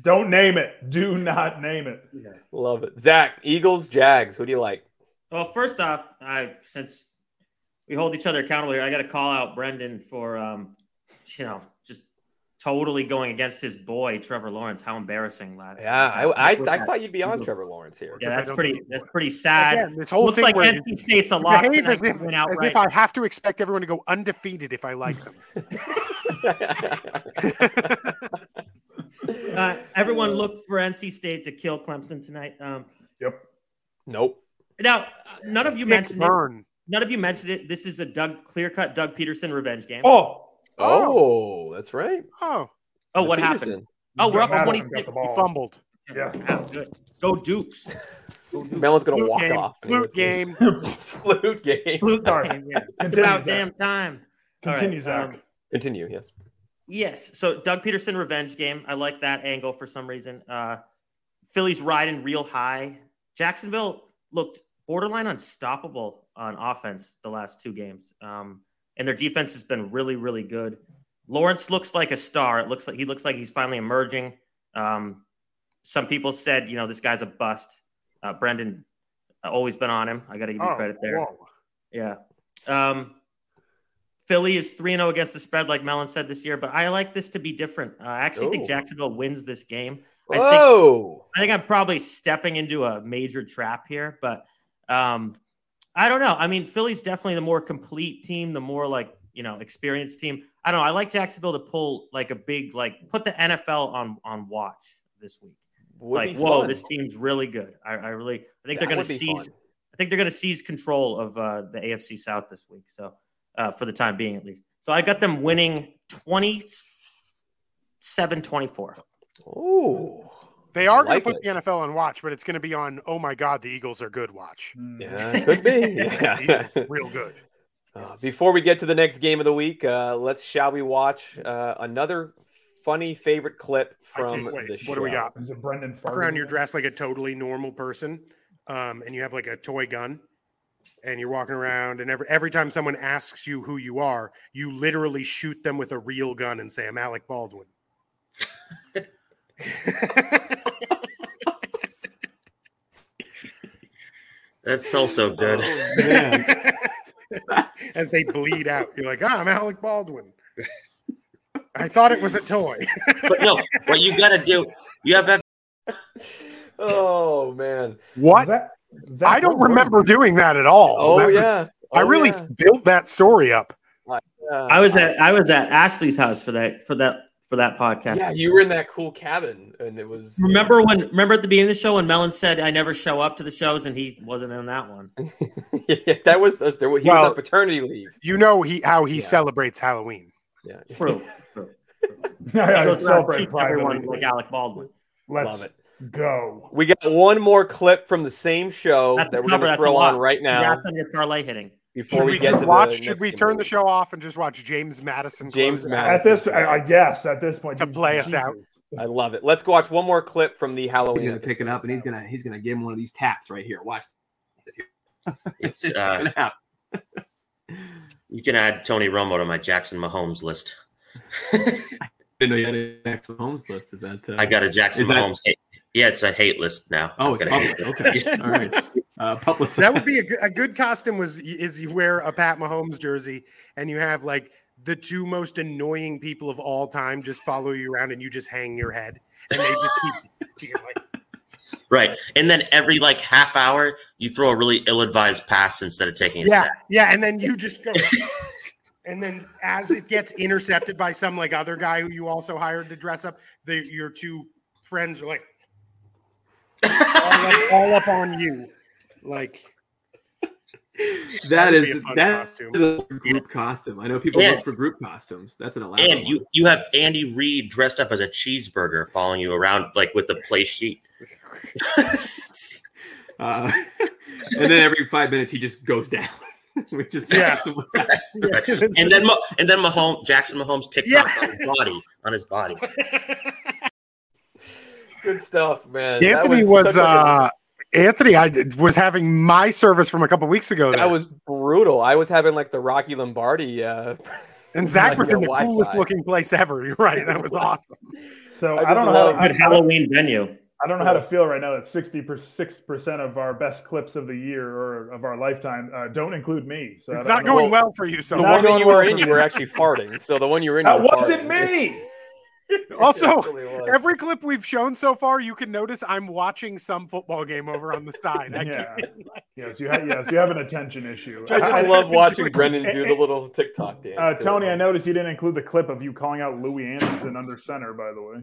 D: don't name it. Do not name it.
A: love it. Zach, Eagles, Jags. Who do you like?
C: Well, first off, I since we hold each other accountable here, I got to call out Brendan for um, you know just totally going against his boy Trevor Lawrence. How embarrassing, lad!
A: Yeah, I, I, I thought you'd be on Trevor Lawrence here.
C: Yeah,
B: I
C: that's
B: don't
C: pretty.
B: think-
C: That's pretty sad.
B: Again, this whole
C: Looks
B: thing
C: like
B: where you
C: NC State's a lot.
B: behave as if,
C: went
B: as if I have to expect everyone to go undefeated if I like them.
C: uh, everyone look for NC State to kill Clemson tonight. Um,
A: <laughs>
C: <laughs>
A: nope.
C: now, none of you
B: Nick
C: mentioned it.
B: Byrne.
C: None of you mentioned it. This is a Doug clear cut Doug Peterson revenge game. Oh,
D: Oh,
A: Oh, that's right.
B: Oh,
C: what
A: Peterson.
C: happened? Oh, we're up
D: Madison
C: twenty
D: got
C: six.
B: he
D: the ball.
B: fumbled.
D: Yeah.
C: Wow, good. Go <laughs> Dukes.
A: Melon's gonna
B: Flute
A: walk
B: game,
A: off.
B: Flute game.
A: <laughs> Flute game.
C: Flute
D: Sorry.
C: game, yeah. It's
D: Continue,
C: about
D: Zach.
C: damn time. All right,
D: Continue, Zach.
C: um,
A: Continue. Yes.
C: Yes. So Doug Peterson revenge game. I like that angle for some reason. Uh, Philly's riding real high. Jacksonville looked borderline unstoppable on offense the last two games, um, and their defense has been really, really good. Lawrence looks like a star. It looks like he looks like he's finally emerging. Um, some people said, you know, this guy's a bust. Uh, Brendan uh, always been on him. I got to give you
B: Oh,
C: credit there.
B: whoa.
C: Yeah. Um, Philly is 3 0 against the spread, like Melon said this year, but I like this to be different. Uh, I actually think
A: Ooh.
C: Jacksonville wins this game. I think-
A: Oh,
C: I think I'm probably stepping into a major trap here, but um, I don't know. I mean, Philly's definitely the more complete team, the more like you know experienced team. I don't know. I like Jacksonville to pull like a big like put the NFL on on watch this week.
A: Would
C: like,
A: be
C: whoa,
A: fun.
C: this team's really good. I, I really, I
A: That
C: think they're going
A: would
C: to
A: be
C: seize.
A: fun.
C: I think they're going to seize control of uh, the AFC South this week. So uh, for the time being, at least. So I got them winning 27-24.
A: Ooh.
B: They are
A: Like
B: going to
A: it.
B: put the NFL on watch, but it's going to be on. Oh my God, the Eagles are
A: <laughs>
B: good. Watch
D: Hmm.
A: Yeah, could
C: <laughs>
A: be. Yeah.
B: real good.
A: <laughs> Uh, before we get to the next game of the week, uh, let's shall we watch uh, another funny favorite clip from
B: wait.
A: the show.
B: What do we got?
D: Is it Brendan
B: Walk around, you're
D: Farley?
B: dressed like a totally normal person, um, and you have like a toy gun, and you're walking around, and every every time someone asks you who you are, you literally shoot them with a real gun and say, "I'm Alec Baldwin."
G: That's also good.
B: Oh.
E: man.
B: <laughs> As they bleed out, you're like, "Ah, I'm Alec Baldwin." I thought it was a toy.
G: <laughs> But no, what you got to do, you have
A: Oh man!
B: What?
D: Zach- Zach
B: I don't
D: Wilson.
B: remember doing that at all.
A: Oh
B: That was-
A: yeah!
B: I
A: Oh,
B: really
A: yeah.
B: built that story up.
A: Yeah.
C: I was at I was at Ashley's house for that for that for that podcast.
A: Yeah, you were in that cool cabin, and it was.
C: Remember when? Remember at the beginning of the show when Melon said, "I never show up to the shows," and he wasn't in that one.
A: <laughs> yeah, that was us. There, he was
B: Well-
A: on paternity leave.
B: You know he how he
A: Yeah.
B: celebrates Halloween.
A: Yeah,
C: True.
D: <laughs> Yeah, yeah,
C: Goes around
D: celebrate
C: cheating everyone
D: privately.
C: like Alec Baldwin.
D: Let's
A: love it.
D: go.
A: We got one more clip from the same show
C: That's a
A: that we're
C: cover,
A: going to
C: that's a
A: throw on
C: lot.
A: right now
C: Congrats on your parlay hitting.
A: before
B: Should
A: we,
B: we,
A: get
B: just
A: to
B: watch?
A: the
B: Should
A: next
B: we
A: game
B: turn the
A: week.
B: show off and just watch James Madison?
A: James
B: close it out?
A: Madison.
D: At this, I I guess at this point
B: To
D: dude,
B: play us out.
A: I love it. Let's go watch one more clip from the
E: He's
A: Halloween.
E: gonna pick it up and he's gonna he's gonna give him one of these taps right here. Watch. This <laughs>
G: It's,
E: It's
G: uh,
E: gonna happen.
G: You can add Tony Romo to my Jackson Mahomes list. <laughs>
E: Didn't know you had a Jackson Holmes list. Is that? Uh,
G: I got a Jackson
E: Is that-
G: Mahomes hate. Yeah, it's a hate list now.
E: Oh,
G: I'm
E: it's
G: gonna hate
E: public.
G: <laughs>
E: Okay. All right. Uh, public.
B: <laughs> That would be a good, a good costume. Was is you wear a Pat Mahomes jersey and you have like the two most annoying people of all time just follow you around and you just hang your head and they just
A: <laughs>
B: keep. being like,
G: it. Right. And then every like half hour, you throw a really ill advised pass instead of taking a
B: yeah,
G: sack.
B: yeah, and then you
A: <laughs>
B: just go. And then, as it gets intercepted by some like other guy who you also hired to dress up, the, your two friends are like all up, all up on you, like.
E: that <laughs>
B: would be a
E: is
B: fun
E: that is
B: costume.
E: a group costume. I know people
G: Yeah.
E: look for group costumes. That's an allowed.
G: <laughs> And
E: one.
G: you, you have Andy Reid dressed up as a cheeseburger following you around like with the play sheet.
E: Uh, <laughs> and then every five minutes he just goes down. <laughs> Which is
B: Yeah. <laughs>
I: <laughs>
G: And then Ma- and then Mahomes Jackson Mahomes TikToks
B: Yeah.
G: on his body. On his body.
A: Good stuff, man. That
B: Anthony was,
A: such a-
B: uh, Anthony. I did- was having my service from a couple weeks ago.
A: that
B: That was,
A: was brutal. I was having like the Rocky Lombardi. Uh, <laughs>
B: and Zach
A: like
B: was
A: your
B: in the
A: Wi-Fi.
B: coolest looking place ever. You're right. That was awesome.
D: So
A: I
D: I,
A: just
D: don't know
A: love-
D: how
C: Good
D: I,
C: Halloween venue.
D: I don't know how to feel right now that sixty percent of our best clips of the year or of our lifetime uh, don't include me. So I
B: It's
D: don't
B: not
D: know.
B: going well for you so
A: the one
D: Not
B: far.
A: that
D: going
A: you were
D: well
A: in,
D: for
A: you
D: me.
A: were actually farting. So the one you were in, you
D: That
A: were
D: wasn't
A: farting.
D: me.
A: It <laughs>
B: Also,
A: really was.
B: Every clip we've shown so far, you can notice I'm watching some football game over on the side. I
D: yeah. Yes, you have. Yes, you have an attention issue.
A: I
B: Just
A: just
B: I-
A: love watching
B: it.
A: Brendan do <laughs> the little TikTok dance.
D: Uh,
A: to it.
D: Tony, I noticed you didn't include the clip of you calling out Louis Anderson under center. By the way,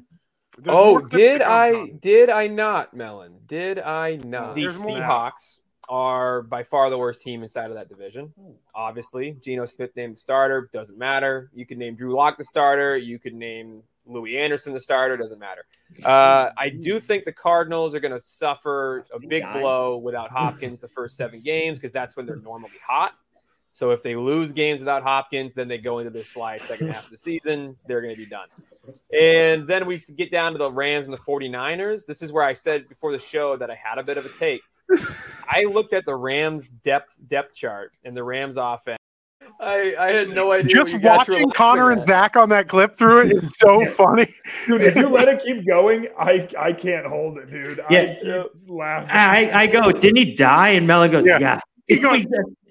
B: There's
A: Oh,
B: more clips to
A: did
B: come,
A: I?
B: Tom.
A: Did I not, Melon? Did I not? The
B: There's more.
A: Seahawks are by far the worst team inside of that division. Obviously, Geno Smith named the starter. Doesn't matter. You could name Drew Lock the starter. You could name Louis Anderson the starter. Doesn't matter. Uh, I do think the Cardinals are going to suffer a big
C: guy.
A: blow without Hopkins the first seven games because that's when they're normally hot. So if they lose games without Hopkins, then they go into their slide second half of the season. They're going to be done. And then we get down to the Rams and the 49ers. This is where I said before the show that I had a bit of a take. I looked at the Rams depth depth chart and the Rams offense. I, I had no idea.
B: Just
A: what you guys were
B: watching
A: laughing
B: Connor and
A: at.
B: Zach on that clip through it is
A: <laughs>
B: so funny.
D: dude, if you let it keep going, I I can't hold it, dude. I
C: Yeah.
D: keep laughing.
C: I, I go. Didn't he die? And Melon goes,
B: Yeah.
C: Yeah.
B: He goes,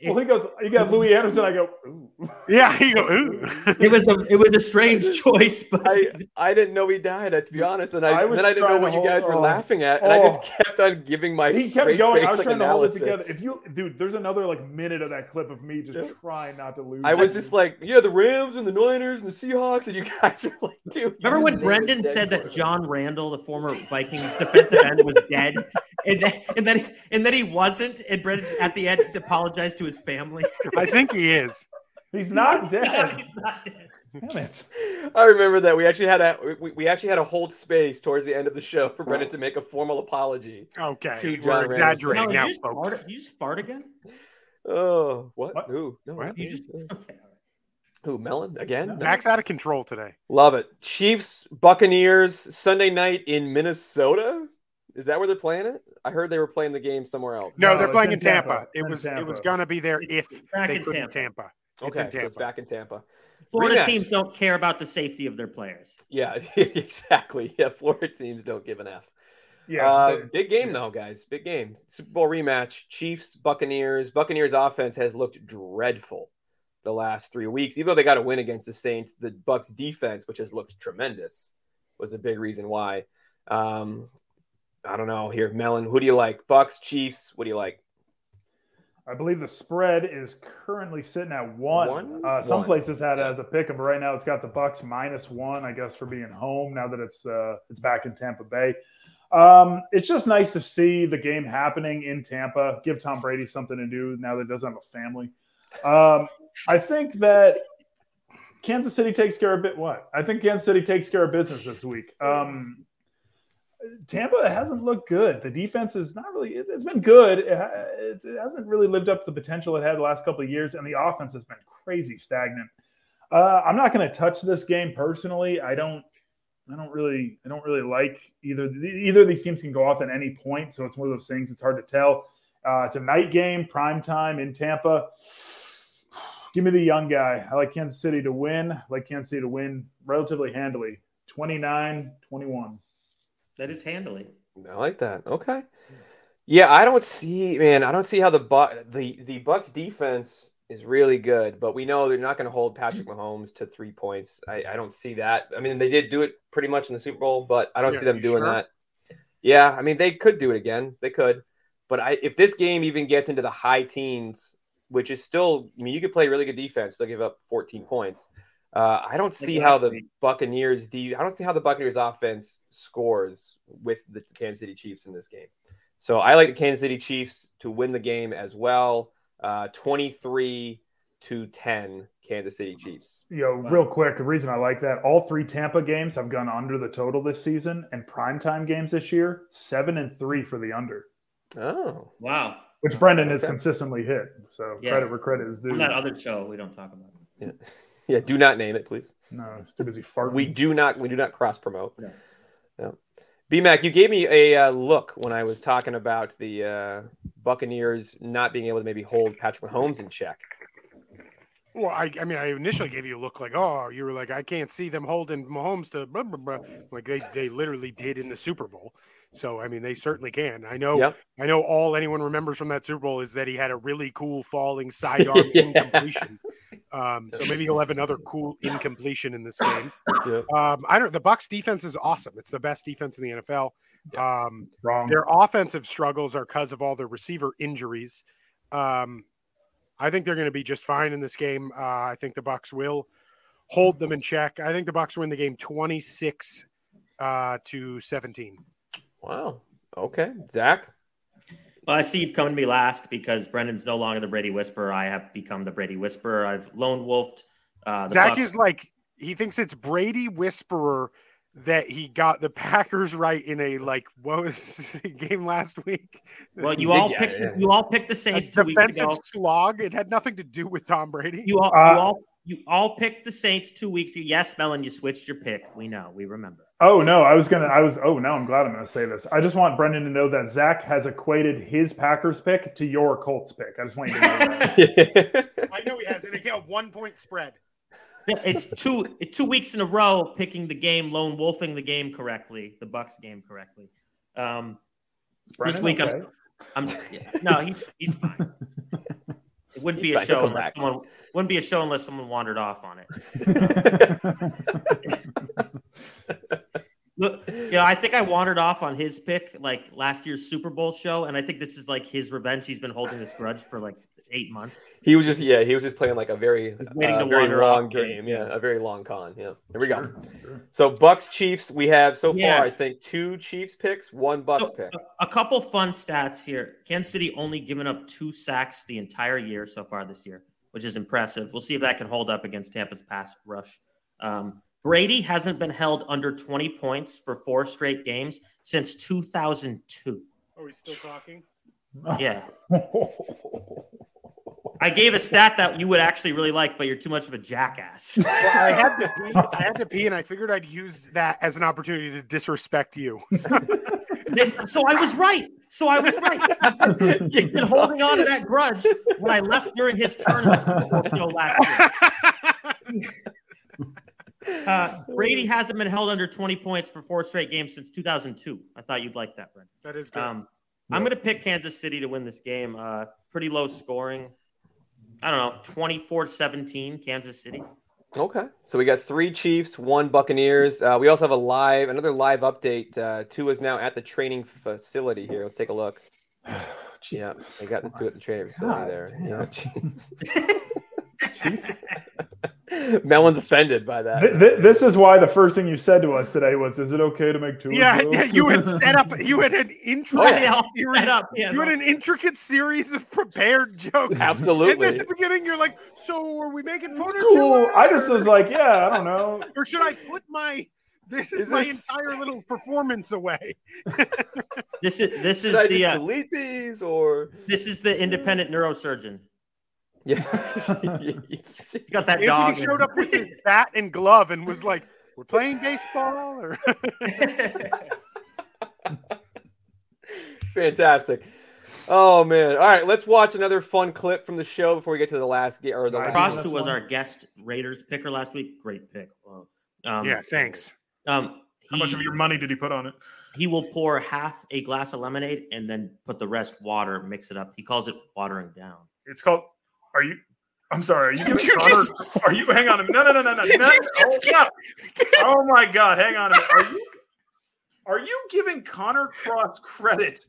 D: Well, he goes, you got Louis Anderson. I go, ooh.
B: yeah, he goes, ooh.
C: it was a it was a strange <laughs> choice, but
A: I, I didn't know he died. uh, To be honest, and I,
D: I was
A: then I didn't know
D: trying
A: what
D: to
A: you guys
D: hold-
A: were
D: oh.
A: laughing at, and I just
D: Oh.
A: kept on giving my
D: he kept
A: straight
D: going. I
A: face
D: was
A: like
D: trying to hold it
A: analysis.
D: together. If you, dude, there's another like minute of that clip of me just
A: Yeah.
D: trying not to lose.
A: I was just like, yeah, the Rams and the Niners and the Seahawks, and you guys are like, dude. you
C: Remember
A: just
C: when
A: named
C: Brendan
A: the dead
C: said that
A: horse.
C: John Randall, the former Vikings defensive end, was <laughs> dead, and then and then he, and then he wasn't, and Brendan at the end apologized to his family.
B: I think he is.
D: he's
A: <laughs>
D: not dead.
C: <laughs> He's not dead.
D: Damn it.
A: I remember that we actually had a we, we actually had a hold space towards the end of the show for Brendan to make a formal apology. To
B: Okay,
A: John
B: we're
A: Randall's
C: No,
B: exaggerating
C: did
B: now,
C: you, just
B: folks.
C: fart, you just fart again?
A: Oh, what?
D: What?
A: Who? No,
B: What?
C: You just okay.
A: who? Melon again?
D: No.
A: No.
B: Max out of control today.
A: Love it. Chiefs Buccaneers Sunday night in Minnesota. Is that where they're playing it? I heard they were playing the game somewhere else.
B: No,
D: No,
B: they're
D: it's
B: playing
D: in
B: in Tampa.
D: Tampa.
B: It
D: It's in
B: was it
D: Tampa.
B: was gonna be there if
C: It's back
B: they
C: in
B: couldn't
C: Tampa.
B: Tampa. It's
A: okay,
B: in
A: so it's
B: Tampa.
A: back in Tampa.
C: Florida
A: Rematch.
C: teams don't care about the safety of their players.
A: Yeah, <laughs> exactly. Yeah, Florida teams don't give an f.
D: Yeah.
A: uh,
D: they-
A: big game though, guys. Big game. Super Bowl rematch. Chiefs, Buccaneers. Buccaneers offense has looked dreadful the last three weeks. Even though they got a win against the Saints, the Bucks defense, which has looked tremendous, was a big reason why. Um, I don't know here, Melon. Who do you like? Bucks, Chiefs. What do you like?
D: I believe the spread is currently sitting at one.
A: One?
D: Uh, some
A: One.
D: places had it as a pick 'em, but right now it's got the Bucks minus one, I guess, for being home. Now that it's uh, it's back in Tampa Bay, um, it's just nice to see the game happening in Tampa. Give Tom Brady something to do now that he doesn't have a family. Um, I think that Kansas City takes care of bit. What I think Kansas City takes care of business this week. Um, Tampa hasn't looked good. The defense is not really. It, it's been good. It, ha- it's, it hasn't really lived up to the potential it had the last couple of years, and the offense has been crazy stagnant. Uh, I'm not going to touch this game personally. I don't. I don't really. I don't really like either. Either of these teams can go off at any point, so it's one of those things. It's hard to tell. Uh, it's a night game, prime time in Tampa. <sighs> Give me the young guy. I like Kansas City to win. I like Kansas City to win relatively handily. 29 21.
C: That is handily.
A: I like that. Okay. Yeah, I don't see, man. I don't see how the Buck the the Bucks defense is really good, but we know they're not going to hold Patrick Mahomes to three points. I, I don't see that. I mean, they did do it pretty much in the Super Bowl, but I don't
B: Yeah,
A: see them
B: you
A: doing
B: sure?
A: that. Yeah, I mean, they could do it again. They could, but I if this game even gets into the high teens, which is still, I mean, you could play really good defense, still give up 14 points. Uh, I don't see how
C: last
A: the
C: week.
A: Buccaneers de- I don't see how the Buccaneers offense scores with the Kansas City Chiefs in this game. So I like the Kansas City Chiefs to win the game as well. Uh, 23 to 10 Kansas City Chiefs.
D: You know, real quick, the reason I like that all three Tampa games have gone under the total this season, and primetime games this year, seven and three for the under,
A: Oh. <laughs>
C: Wow.
D: which Brendan has
A: Okay.
D: consistently hit. So
C: Yeah.
D: credit where credit is due.
C: On that other show, we don't talk about. It.
A: Yeah, do not name it, please.
D: no, he's too busy farting.
A: We do not we do not cross promote.
C: No.
A: No. BMAC, you gave me a uh, look when I was talking about the uh, Buccaneers not being able to maybe hold Patrick Mahomes in check.
B: Well, I, I mean, I initially gave you a look like, oh, you were like, I can't see them holding Mahomes to blah, blah, blah. Like they, they literally did in the Super Bowl. So, I mean, they certainly can. I know,
A: Yep.
B: I know all anyone remembers from that Super Bowl is that he had a really cool falling sidearm
A: Yeah.
B: incompletion. Um, so maybe he'll have another cool incompletion in this game.
A: Yeah.
B: Um, I don't, the Bucks defense is awesome. It's the best defense in the NFL. Um,
D: wrong.
B: their offensive struggles are because of all their receiver injuries. Um, I think they're going to be just fine in this game. Uh, I think the Bucks will hold them in check. I think the Bucks win the game twenty six uh, to seventeen.
A: Wow. Okay. Zach? <laughs>
C: Well, I see you've come to me last because Brendan's no longer the Brady Whisperer. I have become the Brady Whisperer. I've lone wolfed. Uh, the
B: Zach
C: Bucs.
B: is like he thinks it's Brady Whisperer that he got the <laughs> Packers right in a like what was the <laughs> game last week?
C: Well, you
A: Yeah,
C: all
A: yeah,
C: picked.
A: yeah.
C: You all picked the
B: A
C: Saints two weeks
B: defensive
C: ago.
B: slog. It had nothing to do with Tom Brady.
C: You all.
D: Uh,
C: you all. You all picked the Saints two weeks ago. Yes, Melon, you switched your pick. We know. We remember.
D: Oh no, I was gonna. I was. Oh no, I'm glad I'm gonna say this. I just want Brendan to know that Zach has equated his Packers pick to your Colts pick. I just want you to know
A: <laughs>
D: that.
B: I know he has, and he got a one point spread.
C: It's two two weeks in a row picking the game, lone wolfing the game correctly, the Bucks game correctly. Um, this
D: Brendan,
C: week I'm-
D: okay.
C: I'm no, he's he's fine. It wouldn't
A: He's
C: be a
A: fine. He'll
C: show
A: come
C: unless
A: back.
C: someone wouldn't be a show unless someone wandered off on it. Look, you know, I think I wandered off on his pick like last year's Super Bowl show, and I think this is like his revenge. He's been holding this grudge for like eight months.
A: He was just yeah, he was just playing like a very,
C: He's waiting
A: uh,
C: to
A: very
C: wander
A: long
C: off.
A: game, yeah, a very long con. Yeah, here we go.
D: Sure.
A: So Bucks Chiefs, we have so
C: Yeah.
A: far I think two Chiefs picks, one Bucks
C: So,
A: pick.
C: a- a couple fun stats here. Kansas City only given up two sacks the entire year so far this year, which is impressive. We'll see if that can hold up against Tampa's pass rush. Um, Brady hasn't been held under 20 points for four straight games since 2002.
B: Are we Oh, still talking?
C: Yeah. I gave a stat that you would actually really like, but you're too much of a jackass. <laughs>
B: Well, I had to pee. I had to pee, and I figured I'd use that as an opportunity to disrespect you.
C: This- so I was right. So I was right. You've been holding on to that grudge when I left during his turn on the Super Bowl show last year. Uh, Brady hasn't been held under 20 points for four straight games since 2002. I thought you'd like that, Brent.
B: That is good.
C: Um, I'm going to pick Kansas City to win this game. Uh, pretty low scoring. I don't know, 24 17,
B: <laughs>
C: Kansas City.
A: Okay, so we got three Chiefs, one Buccaneers. Uh, we also have a live, another live update. Uh, two is now at the training facility here. Let's take a
C: <sighs>
A: look. Yeah, they got the two at the training facility
D: God
A: there.
D: damn.
A: Yeah,
C: <laughs>
A: <laughs> Chiefs. Melon's offended by that.
D: Th- th- this is why the first thing you said to us today was, "Is it okay to make two?"
B: <laughs>
D: of
B: yeah,
D: those?"
B: yeah, you
D: <laughs>
B: had set up. You had an intro.
A: Oh, yeah.
C: Set up. Yeah,
B: You had an intricate series of prepared jokes. And at
A: Absolutely.
B: the beginning, you're like, "So are we making fun of
D: cool. I just was like, "Yeah, I don't know."
B: or should I put my this is
A: Is
B: my
A: this-
B: entire little performance away?"
C: This is this is
A: Should I
C: the
A: just
C: uh,
A: delete these
C: <laughs>
A: or?
C: this is the independent neurosurgeon.
A: Yeah. <laughs>
C: He's got that
B: Anthony
C: dog. in
B: showed
C: him.
B: up
C: <laughs>
B: with his bat and glove and was like, "We're playing baseball," or <laughs>
A: Fantastic. Oh man! All right, let's watch another fun clip from the show before we get to the last game or the
D: All
A: last
D: right.
C: Frost, who
D: That's
C: was
D: fine.
C: our guest Raiders picker last week, great pick. Wow. Um,
B: yeah, thanks.
C: Um, he,
H: How much of your money did he put on it?
C: he will pour half a glass of lemonade and then put the rest water, mix it up. He calls it watering down.
H: It's called. Are you? I'm sorry. Are you?
B: Did you
H: Connor,
B: just-
H: Are you? Hang on a minute. No, no, no, no, no.
B: Did
H: no
B: <laughs> you just
H: oh, oh my God! Hang on a minute. Are you? Are you giving Connor Cross credit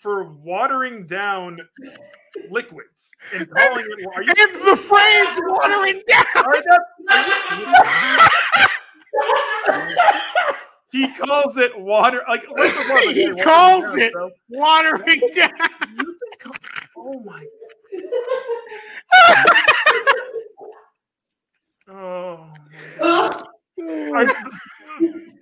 H: for watering down liquids and calling it? Are you?
B: And the phrase "watering down."
H: Are that, are you- he calls it water. Like what's the word?
B: He
H: Like, hey,
B: calls
H: watering
B: it-
H: down, bro.
A: <laughs>
B: Watering down.
H: You can call- Oh my. Oh. my God. I-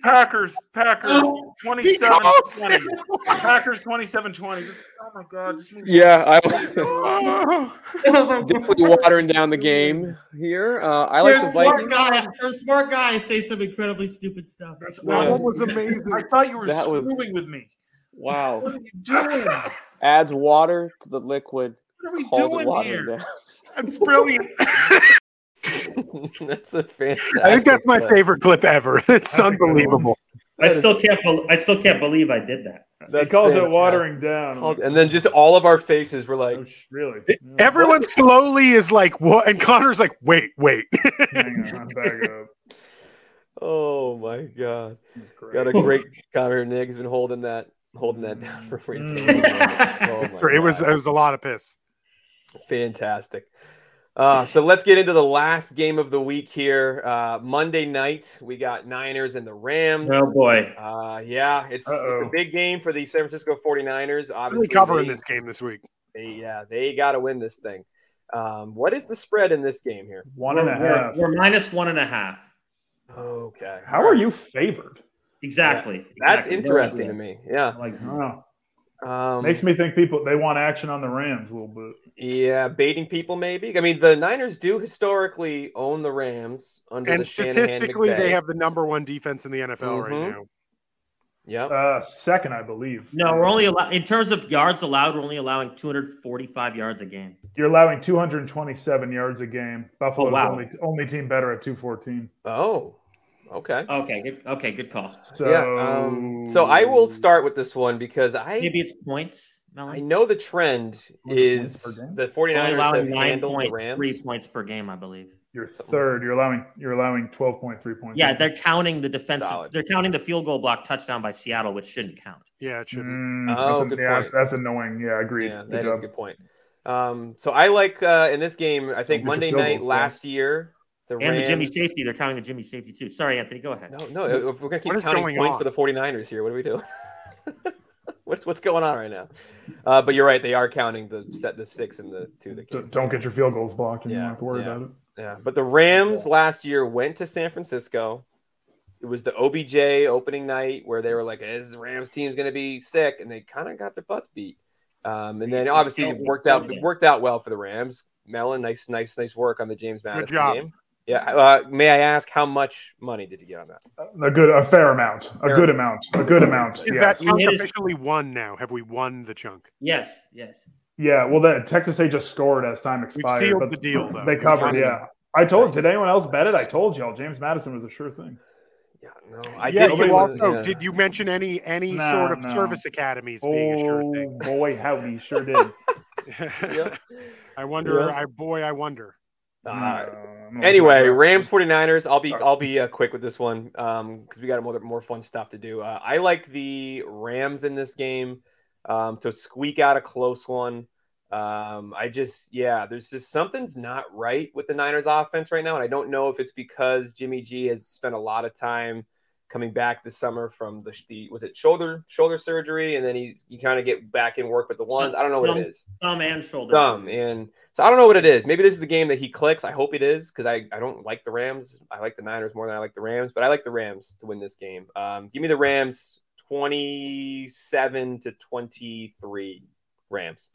H: Packers, Packers,
B: He
H: 27
B: calls
H: 20.
B: it.
H: Packers 27 20. Just, oh my God. Just move
A: Yeah, I <laughs>
B: Oh.
A: definitely watering down the game here. Uh, I like the Vikings.
C: guy. You're a <laughs> smart guy. and Say some incredibly stupid stuff.
H: That's
A: Yeah.
B: That
H: not
B: one was amazing.
H: I thought you were
J: That was-
H: screwing with me.
J: Wow.
H: What are you doing? What
J: Adds water to the liquid.
H: are we
J: Calls it
H: doing
J: water.
A: <laughs>
H: here?
J: down.
B: That's <laughs> brilliant.
A: that's a fantastic.
B: I think that's my
A: clip.
B: favorite clip ever. <laughs> It's
D: That's a good one.
B: unbelievable.
C: I still can't. Be- I still can't believe I did that.
D: He
A: That's
D: calls it
A: fantastic.
D: watering down.
A: Called- And then just all of our faces were
D: Oh,
A: like,
D: sh- really? Yeah.
B: Everyone slowly is like, "What?" And Connor's like, "Wait, wait." <laughs>
D: Hang on, back up.
A: "Oh my god!"
D: Great. <laughs>
A: Got a great Connor Nick has been holding that, holding that down for me. <laughs>
C: Mm.
A: oh my
B: <laughs> It was
A: God.
B: it was a lot of piss.
A: Fantastic. Uh, so let's get into the last game of the week here. Uh, Monday night, we got Niners and the Rams.
C: Oh boy.
A: Uh, yeah, it's, it's a
D: Uh-oh.
A: big game for the San Francisco 49ers.
B: I'm
A: Obviously,
B: recovering
A: they-
B: this game this week.
A: They, yeah, they got to win this thing. Um, what is the spread in this game here?
D: One and a
C: We're-
D: half.
C: We're, we're minus one and a half.
A: Okay.
D: How are you favored?
C: Exactly.
A: That's
C: Exactly.
A: interesting to me. Yeah.
C: Like
D: Wow.
A: Um,
D: Makes me think people they want action on the Rams a little bit.
A: yeah, baiting people maybe. I mean, the Niners do historically own the Rams under
B: And
A: the Shanahan
B: statistically,
A: McVay.
B: they have the number one defense in the NFL
A: Mhm.
B: right now.
A: Yep.
D: Uh, second, I believe.
C: No, we're only allowed in terms of yards allowed. We're only allowing 245 yards a game.
D: You're allowing 227 yards a game. Buffalo's
C: Oh, wow.
D: only only team better at 214.
A: Oh. Okay.
C: Okay, good. Okay, good call.
D: So
A: um, yeah. Um, so I will start with this one because I
C: Maybe it's points.
A: I know the trend is the
C: Only
A: 49ers have
C: allowing nine
A: handled the
C: point
A: Rams.
C: three points per game, I believe.
D: You're third. You're allowing you're allowing twelve point three points.
C: Yeah, they're counting the defensive.
A: Solid.
C: They're counting the field goal block touchdown by Seattle, which shouldn't count.
B: Yeah, it should.
D: Mm,
A: Oh,
D: that's,
A: good
D: yeah,
A: point.
D: that's annoying. Yeah, agreed.
A: Yeah,
D: Good
A: that is a
D: job.
A: good point. Um, so I like uh, in this game, I
D: Don't get
A: think
D: the
A: Monday
D: field
A: night
D: goals,
A: last year, the
C: And
A: Rams,
C: the Jimmy safety, they're counting the Jimmy safety too. Sorry, Anthony, go ahead.
A: No, no, if we're gonna keep
B: What is
A: counting
B: going
A: points
B: on?
A: for the 49ers here. What do we do? <laughs> what's what's going on right now? Uh, but you're right, they are counting the set the six and the two that
D: D-
A: came.
D: Don't get your field goals blocked, and you
A: Yeah,
D: don't have to worry
A: yeah.
D: about it.
A: Yeah, but the Rams last year went to San Francisco. It was the OBJ opening night where they were like, "Is the Rams team's going to be sick?" And they kind of got their butts beat. Um, and then obviously it worked out. It worked out well for the Rams. Mellon, nice, nice, nice work on the James Madison
B: job.
A: game. Yeah. Uh, may I ask how much money did you get on that?
D: A good, a fair amount, a
A: Fair
D: good amount, a good amount.
B: Is
D: yes.
B: that chunk
C: It is-
B: officially won now? Have we won the chunk?
C: Yes, yes.
D: Yeah, well, that Texas A just scored as time expired.
B: sealed
D: but
B: the deal, though.
D: They
B: We've
D: covered.
B: done
D: Yeah, I told. Did anyone else bet it? I told y'all. James Madison was a sure thing.
A: Yeah. No. I
B: yeah,
A: did.
B: you
A: listen-
B: also
A: yeah.
B: did you mention any any
D: No,
B: sort of
D: no.
B: service academies being a sure
D: Oh
B: thing?
D: boy, howdy, sure did.
A: <laughs> Yep.
B: I wonder.
A: Yeah.
B: I boy, I wonder.
A: All
D: No,
A: right.
D: I'm gonna
A: Uh, Anyway,
D: look at my
A: Rams 49ers. I'll be
D: Sorry.
A: I'll be uh, quick with this one because we got a little bit more fun stuff to do. Uh, I like the Rams in this game um, to squeak out a close one. Um, I just yeah, there's just something's not right with the Niners offense right now, and I don't know if it's because Jimmy G has spent a lot of time coming back this summer from the, the was it shoulder shoulder surgery, and then he's you kind of get back in work with the ones. I don't know what
C: Thumb-
A: it is
C: Thumb and shoulder.
A: dumb. And so I don't know what it is. Maybe this is the game that he clicks. I hope it is because I, I don't like the Rams. I like the Niners more than I like the Rams, but I like the Rams to win this game. Um, give me the Rams 27 to 23 Rams.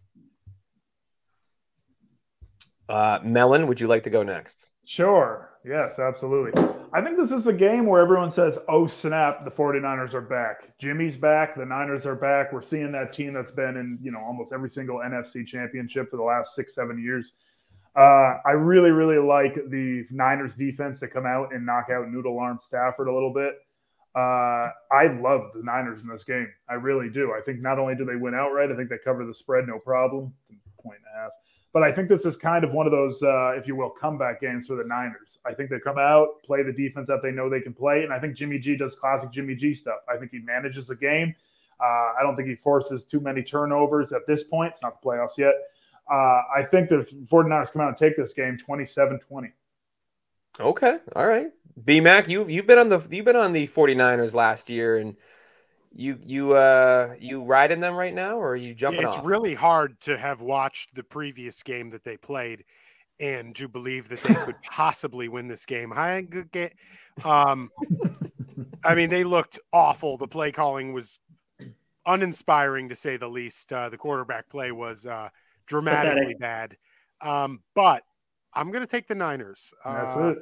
A: Uh, Melon, would you like to go next?
D: Sure. Yes, absolutely. I think this is a game where everyone says, oh, snap, the 49ers are back. Jimmy's back. The Niners are back. We're seeing that team that's been in, you know, almost every single NFC championship for the last six, seven years. Uh, I really, really like the Niners defense to come out and knock out Noodle Arm Stafford a little bit. Uh, I love the Niners in this game. I really do. I think not only do they win outright, I think they cover the spread no problem. It's a Point and a half. But I think this is kind of one of those, uh, if you will, comeback games for the Niners. I think they come out, play the defense that they know they can play, and I think Jimmy G does classic Jimmy G stuff. I think he manages the game. Uh, I don't think he forces too many turnovers at this point. It's not the playoffs yet. Uh, I think the 49ers come out and take this game 27 20.
A: Okay. All right. B Mac, you you've been on the you've been on the 49ers last year and you you uh you riding them right now or are you jumping
B: it's
A: off?
B: really hard to have watched the previous game that they played and to believe that
A: <laughs>
B: they could possibly win this game. I could get, um, I mean, they looked awful. The play calling was uninspiring to say the least. Uh, the quarterback play was uh, dramatically bad. Um, but I'm going to take the Niners.
D: That's
B: Uh,
D: it.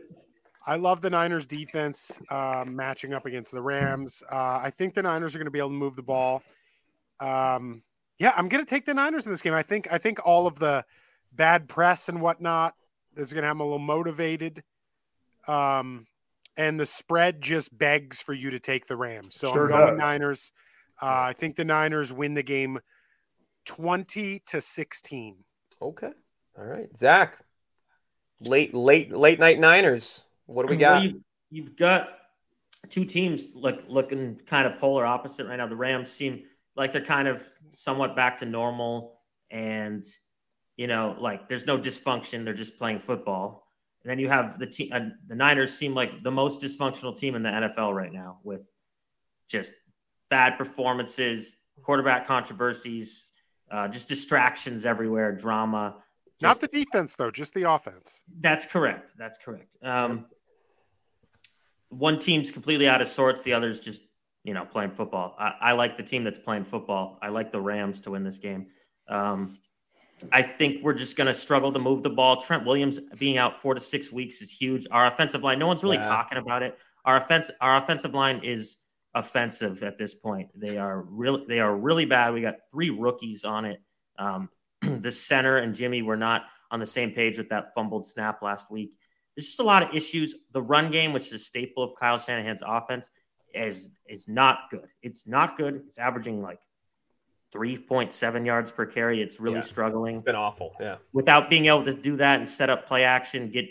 B: I love the Niners defense uh, matching up against the Rams. Uh, I think the Niners are going to be able to move the ball. Um, yeah, I'm going to take the Niners in this game. I think I think all of the bad press and whatnot is going to have them a little motivated. Um, and the spread just begs for you to take the Rams. So I'm
D: Sure
B: going
D: does.
B: Niners. Uh, I think the Niners win the game 20 to 16.
A: Okay. All right. Zach. Late late late night Niners. What do we got?
C: Well, you, you've got two teams look looking kind of polar opposite right now. The Rams seem like they're kind of somewhat back to normal, and you know, like there's no dysfunction. They're just playing football. And then you have the team. Uh, the Niners seem like the most dysfunctional team in the NFL right now, with just bad performances, quarterback controversies, uh, just distractions everywhere, drama.
B: Not
C: Just-
B: the defense, though, just the offense.
C: that's correct. That's correct. Um, one team's completely out of sorts. The other's just, you know, playing football. I, I like the team that's playing football. I like the Rams to win this game. Um, I think we're just going to struggle to move the ball. Trent Williams being out four to six weeks is huge. Our offensive line, no one's really
A: Yeah.
C: talking about it. Our offense, our offensive line is offensive at this point. They are really, they are really bad. We got three rookies on it. Um, <clears throat> the center and Jimmy were not on the same page with that fumbled snap last week. There's just a lot of issues. The run game, which is a staple of Kyle Shanahan's offense, is is not good. It's not good. It's averaging like 3.7 yards per carry. It's really
A: Yeah.
C: struggling
A: been awful. Yeah.
C: without being able to do that and set up play action, get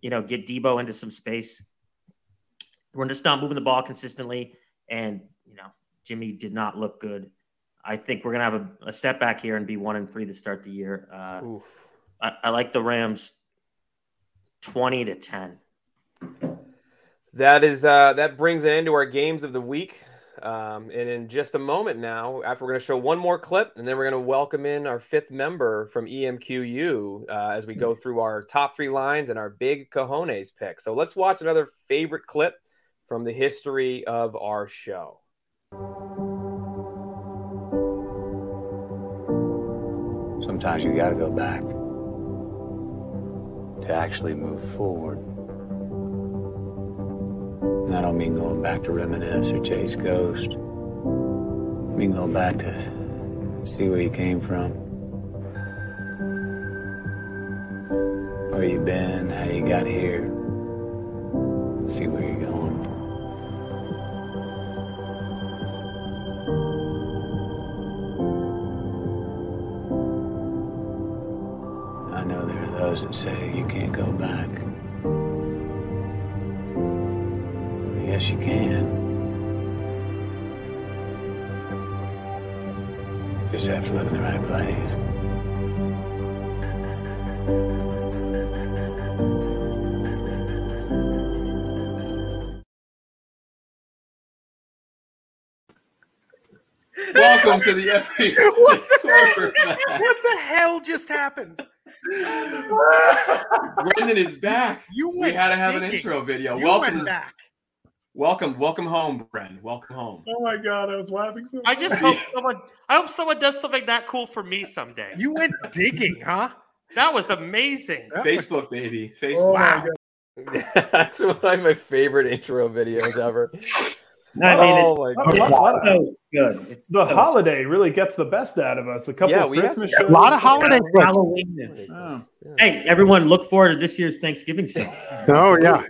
C: you know, get Debo into some space. We're just not moving the ball consistently, and you know, Jimmy did not look good. I think we're gonna have a, a setback here and be one and three to start the year. Uh,
A: Oof.
C: I, I like the Rams twenty to ten.
A: That is uh, that brings an end to our games of the week. Um, and in just a moment now, after we're going to show one more clip, and then we're going to welcome in our fifth member from E EMQU uh, as we
C: Hmm.
A: go through our top three lines and our big cojones pick. So let's watch another favorite clip from the history of our show. <laughs>
K: Sometimes you gotta go back to actually move forward. And I don't mean going back to reminisce or chase ghosts. I mean going back to see where you came from. Where you been, how you got here. See where you're going. I know there are those that say you can't go back. Yes, you can. Just have to live in the right place.
E: <laughs> Welcome to the every
B: <laughs> What?
E: <laughs> quarter snack.
B: what the hell just happened?
E: Brendan is back.
B: You
E: We
B: went
E: had to have an
B: digging.
E: intro video.
B: You went
E: welcome,
B: back.
E: welcome, welcome home, Brendan. Welcome home.
H: Oh my god, I was laughing so.
L: I just hope someone. I hope someone does something that cool for me someday.
B: You went digging, huh?
L: That was amazing.
B: That was-
E: Facebook, baby.
H: Oh
E: Facebook.
H: my
B: Wow.
H: god.
A: That's one of my favorite intro videos ever.
C: I mean, it's,
A: oh my
D: Oh,
A: God.
C: it's
D: wow.
C: so good. It's
D: The
C: so-
D: holiday really gets the best out of us. A couple
A: Yeah,
D: of
A: we have
D: Christmas
B: A lot of holiday clips.
C: Halloween.
A: Ridiculous. Yeah.
C: Hey, everyone, look forward to this year's
L: <laughs>
C: Thanksgiving show.
B: Oh yeah.